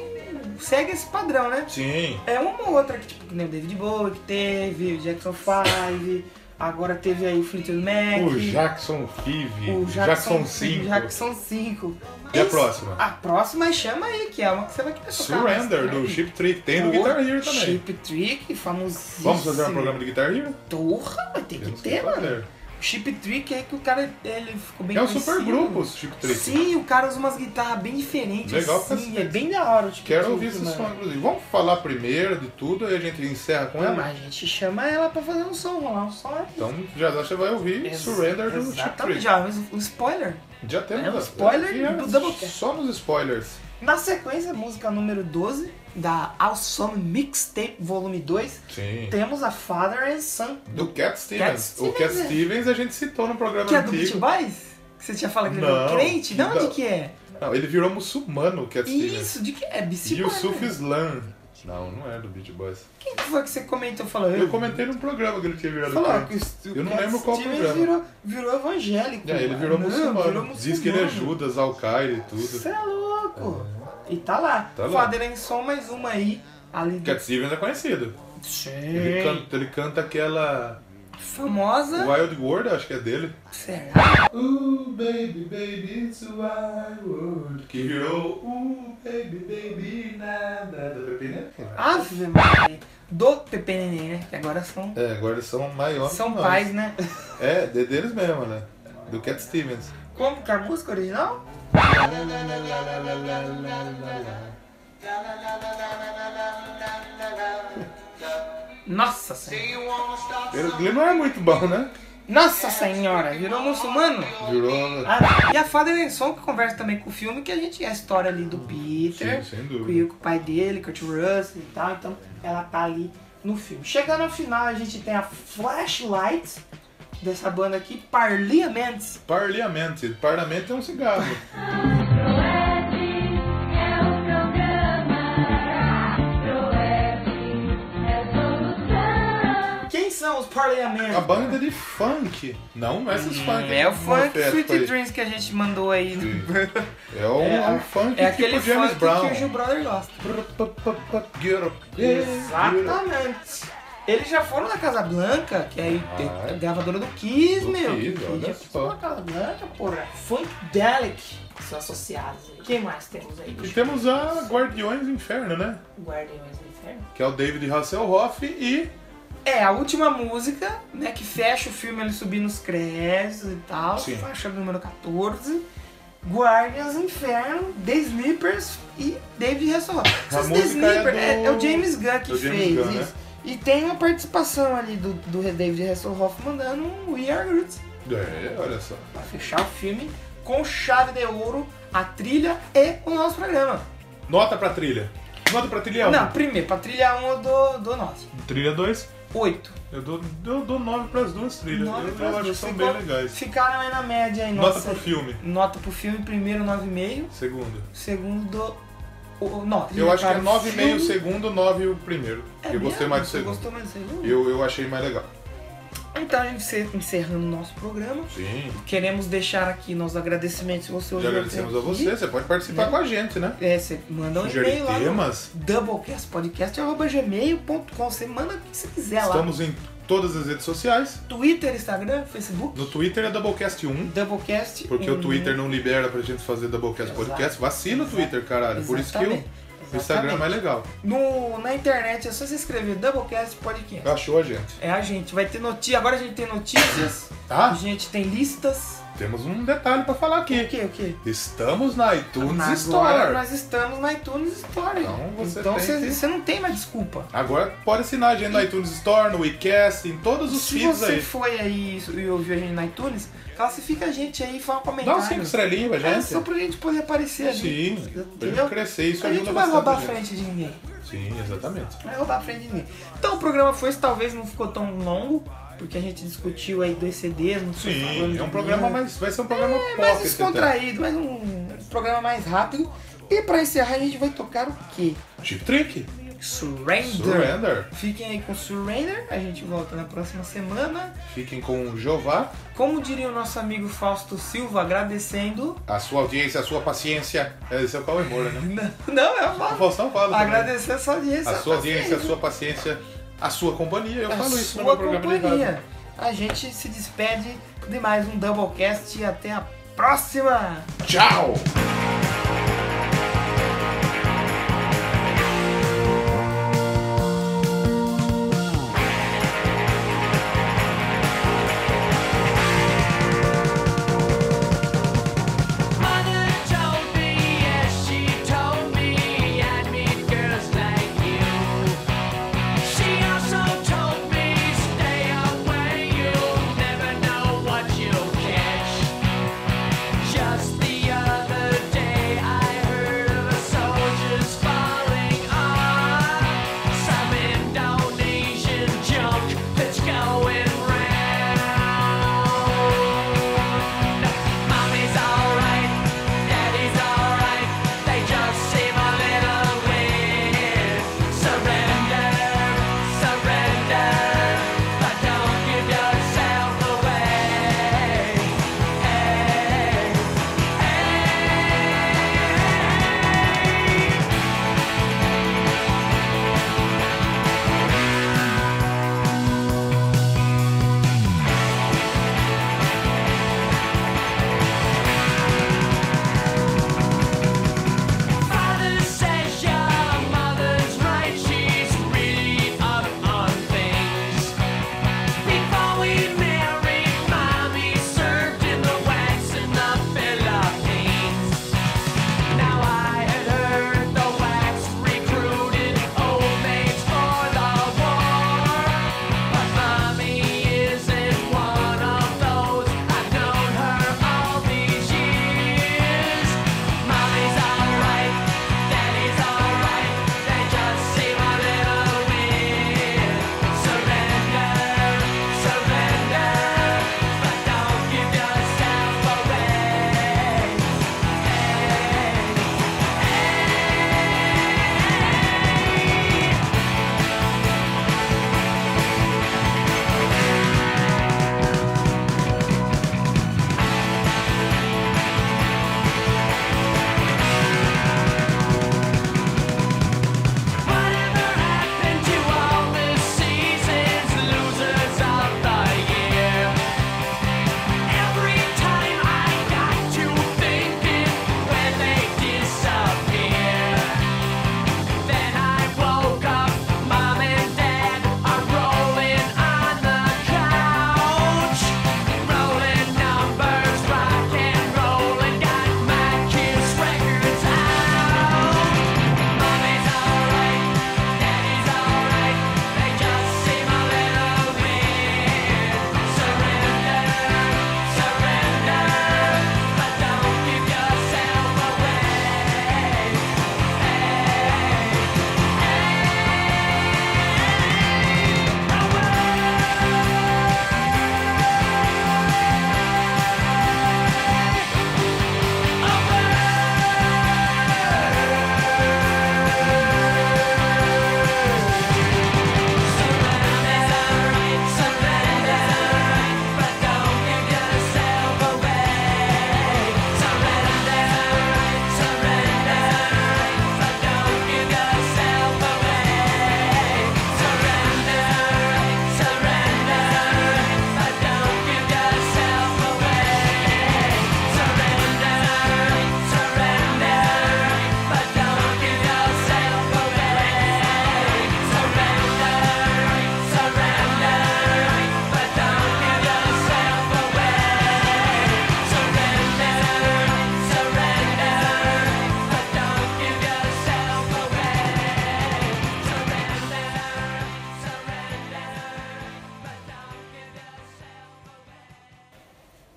Segue esse padrão, né? Sim. É uma ou outra que, tipo, que nem o David Bowie que teve, o Jackson 5, agora teve aí o Fleetwood Mac. O Jackson 5. É o Jackson 5. Jackson 5. E a Esse- próxima? A próxima é chama aí, que é uma que você vai querer tocar. Surrender, do Chip Trick. Tem do Porra, Guitar Hero também. É um Chip Trick, famosíssimo. Vamos fazer um programa de Guitar Hero? Porra, vai ter que Temos ter, mano. fazer. Chip Trick é que o cara, ele ficou bem É um conhecido. super grupo, o Chip Trick. Sim, o cara usa umas guitarras bem diferentes. Legal pra assim, cacete. É bem da hora o Chip Quero Trick, ouvir esse mano. som, inclusive. Vamos falar primeiro de tudo, aí a gente encerra com Não, ela. mas a gente chama ela pra fazer um som, rolar um som aí. Então já já você vai ouvir Ex- Surrender do Chip Exatamente, Trick. já, mas um spoiler. Já temos. É um a- spoiler aqui é do Double Tap. Só nos spoilers. Na sequência, música número 12 da Awesome Mixtape Volume 2, Sim. temos a Father and Son, Do Cat Stevens. Cat o Cat Stevens, é. Stevens a gente citou no programa que é do Beach antigo. Boys? Que você tinha falado que ele Não, era um crente? De que onde da- que é? Não, ele virou muçulmano, o Cat Stevens. Isso, de que é? Beach E o Boys, Suf né? Slam. Não, não é do Beat Boys. Quem que foi que você comentou falando? Eu comentei num programa que ele tinha virado Falou que crente. o, Eu não Cat lembro qual Stevens programa. Virou, virou evangélico. É, ele mano. virou Não, muçulmano. virou Diz que ele é muçulmano. Judas, Al-Qaeda e Você tudo. é louco. E tá lá. Tá lá. Father and Son, mais uma aí. Ali do... Cat Stevens é conhecido. Ele Sim. canta, ele canta aquela Famosa. Wild World, acho que é dele. Será? Ooh, baby, baby, it's a wild world. Que virou Ooh, baby, baby, nada. Da Pepe Neném. Ave Maria. Do Pepe Neném, né? Que agora são... É, agora eles são maiores. São que nós. pais, né? É, de- deles mesmo, né? Do Cat Stevens. Como que é a música original? Nossa Senhora. Ele, ele não é muito bom, né? Nossa Senhora. Virou muçulmano? Virou. Ah, e a Fada Lenson, que conversa também com o filme, que a gente é a história ali do Peter, Sim, sem dúvida. Quill, com o pai dele, Kurt Russell e tal, então ela tá ali no filme. Chegando ao final, a gente tem a Flashlight dessa banda aqui, Parliament. Parliamente. Parlamento é um cigarro. Quem são os Parliament? A banda de funk. Não esses funk. É o Não funk afeta Sweet aí. Dreams que a gente mandou aí. no- É um, é um funk é tipo aquele James funk Brown. que o Gil Brother gosta. Get up, yeah, get up. Exatamente. Eles já foram na Casa Blanca, que aí tem Ah, é? a gravadora do Kiss, Do meu. Kiss, Eles olha já só. foram na Casa Blanca, porra. Funkdelic são associados. aí. Quem mais temos aí? E temos a Guardiões do Inferno, né? Guardiões do um Inferno. Que é o David Hasselhoff e É, a última música, né, que fecha o filme, ele subir nos créditos e tal. Sim. Faixa número 14. Guardians Inferno, The Sleepers e David Hasselhoff. Esses The música é Sleepers do- é, é o James Gunn que do James fez Gunn, né? isso. E tem uma participação ali do, do David Hasselhoff mandando um We Are Roots É, olha só. pra fechar o filme com chave de ouro, a trilha e o nosso programa. Nota pra trilha. Nota pra trilha 1. Não, primeiro, pra trilha 1 eu dou, dou nosso. Trilha 2. 8. Eu dou, eu dou 9 pras duas trilhas. Nove eu pras eu acho que duas. são Ficou- bem legais. Ficaram aí na média aí, Nota nossa. pro filme. Nota pro filme, primeiro 9,5, Segundo. segundo o- não, Eu acho que é cara, 9,5 o filme- segundo, 9 o primeiro. É eu gostei mesmo? mais do Você segundo. gostou mais do segundo? Eu, eu achei mais legal. Então, a gente encer- encerrando o nosso programa. Sim. Queremos deixar aqui nossos agradecimentos. Se você Já ouviu até agradecemos a aqui. você, você pode participar Né? com a gente, né? É, você manda um Sugerir e-mail lá temas. no doublecastpodcast.gmail.com. Você manda o que você quiser lá. Estamos em todas as redes sociais. Twitter, Instagram, Facebook, No Twitter é Doublecast1, Doublecast. porque o um- Twitter não libera pra gente fazer Doublecast Exato. Podcast. Vacila o Twitter, caralho. Por isso que Exatamente. o Instagram é mais legal. No, na internet é só você escrever Doublecast Podcast. Achou a gente. É a gente. Vai ter notícia. Agora a gente tem notícias. Ah. A gente tem listas. Temos um detalhe pra falar O aqui. que? O que? Estamos na iTunes Agora Store. nós estamos na iTunes Store. Então você Então tem você- que- você não tem mais desculpa. Agora pode assinar a gente no iTunes Store, no WeCast, em todos os Se feeds você aí. foi aí e ouviu a gente na iTunes, classifica a gente aí e fala um Dá comentário. uns 5 estrelinhas pra É, gente. só pra gente poder aparecer ali. Sim, pra entendeu? gente crescer, isso a gente ajuda não vai roubar a bastante. frente de ninguém. gente. Sim, exatamente. Não vai roubar a frente de ninguém. Então o programa foi esse, talvez não ficou tão longo, porque a gente discutiu aí dois CDs, não foi falando Sim, é um de programa nada. mais. Vai ser um programa É pocket. mais até. descontraído, mais um programa mais rápido. E pra encerrar a gente vai tocar o quê? Chip Trick. Surrender. Surrender. Fiquem aí com Surrender, a gente volta na próxima semana. Fiquem com o Jeová, Como diria o nosso amigo Fausto Silva, agradecendo. a sua audiência, a sua paciência. Esse é o Cauê Moura, né? Não, não é O uma. Faustão fala. também. Agradecer a sua audiência. A sua audiência, a paciência, sua paciência, a sua companhia. Eu a falo isso sua no meu programa de rádio. companhia. A gente se despede de mais um Doublecast e até a próxima! Tchau! Mother told me, yes, she told me I'd meet girls like you. She also told me, stay away, you'll never know what you'll catch. Just the other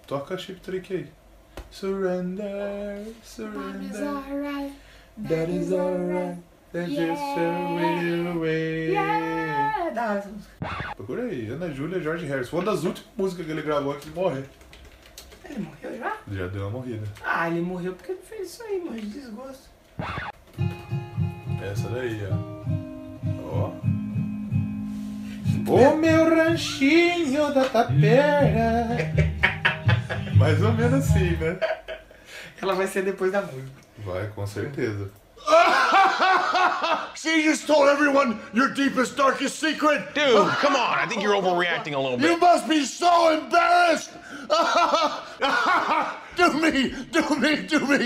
Toca Chip Trick aí. Surrender, surrender. alright. That is alright. That just a way away. Yeah! Dá essa música. Procura aí, Ana Júlia George Harris. Foi uma das últimas músicas que ele gravou antes de morrer. Ele morreu já? Ele Já deu uma morrida. Ah, ele morreu porque ele fez isso aí, morreu de desgosto. Essa daí, ó. Ó. O meu ranchinho da tapera. Mais ou menos assim, né? Ela vai ser depois da música. Vai, com certeza. See, you just told everyone your deepest, darkest secret. Dude, come on. I think you're overreacting a little You bit. must be so embarrassed. do me, do me, do me.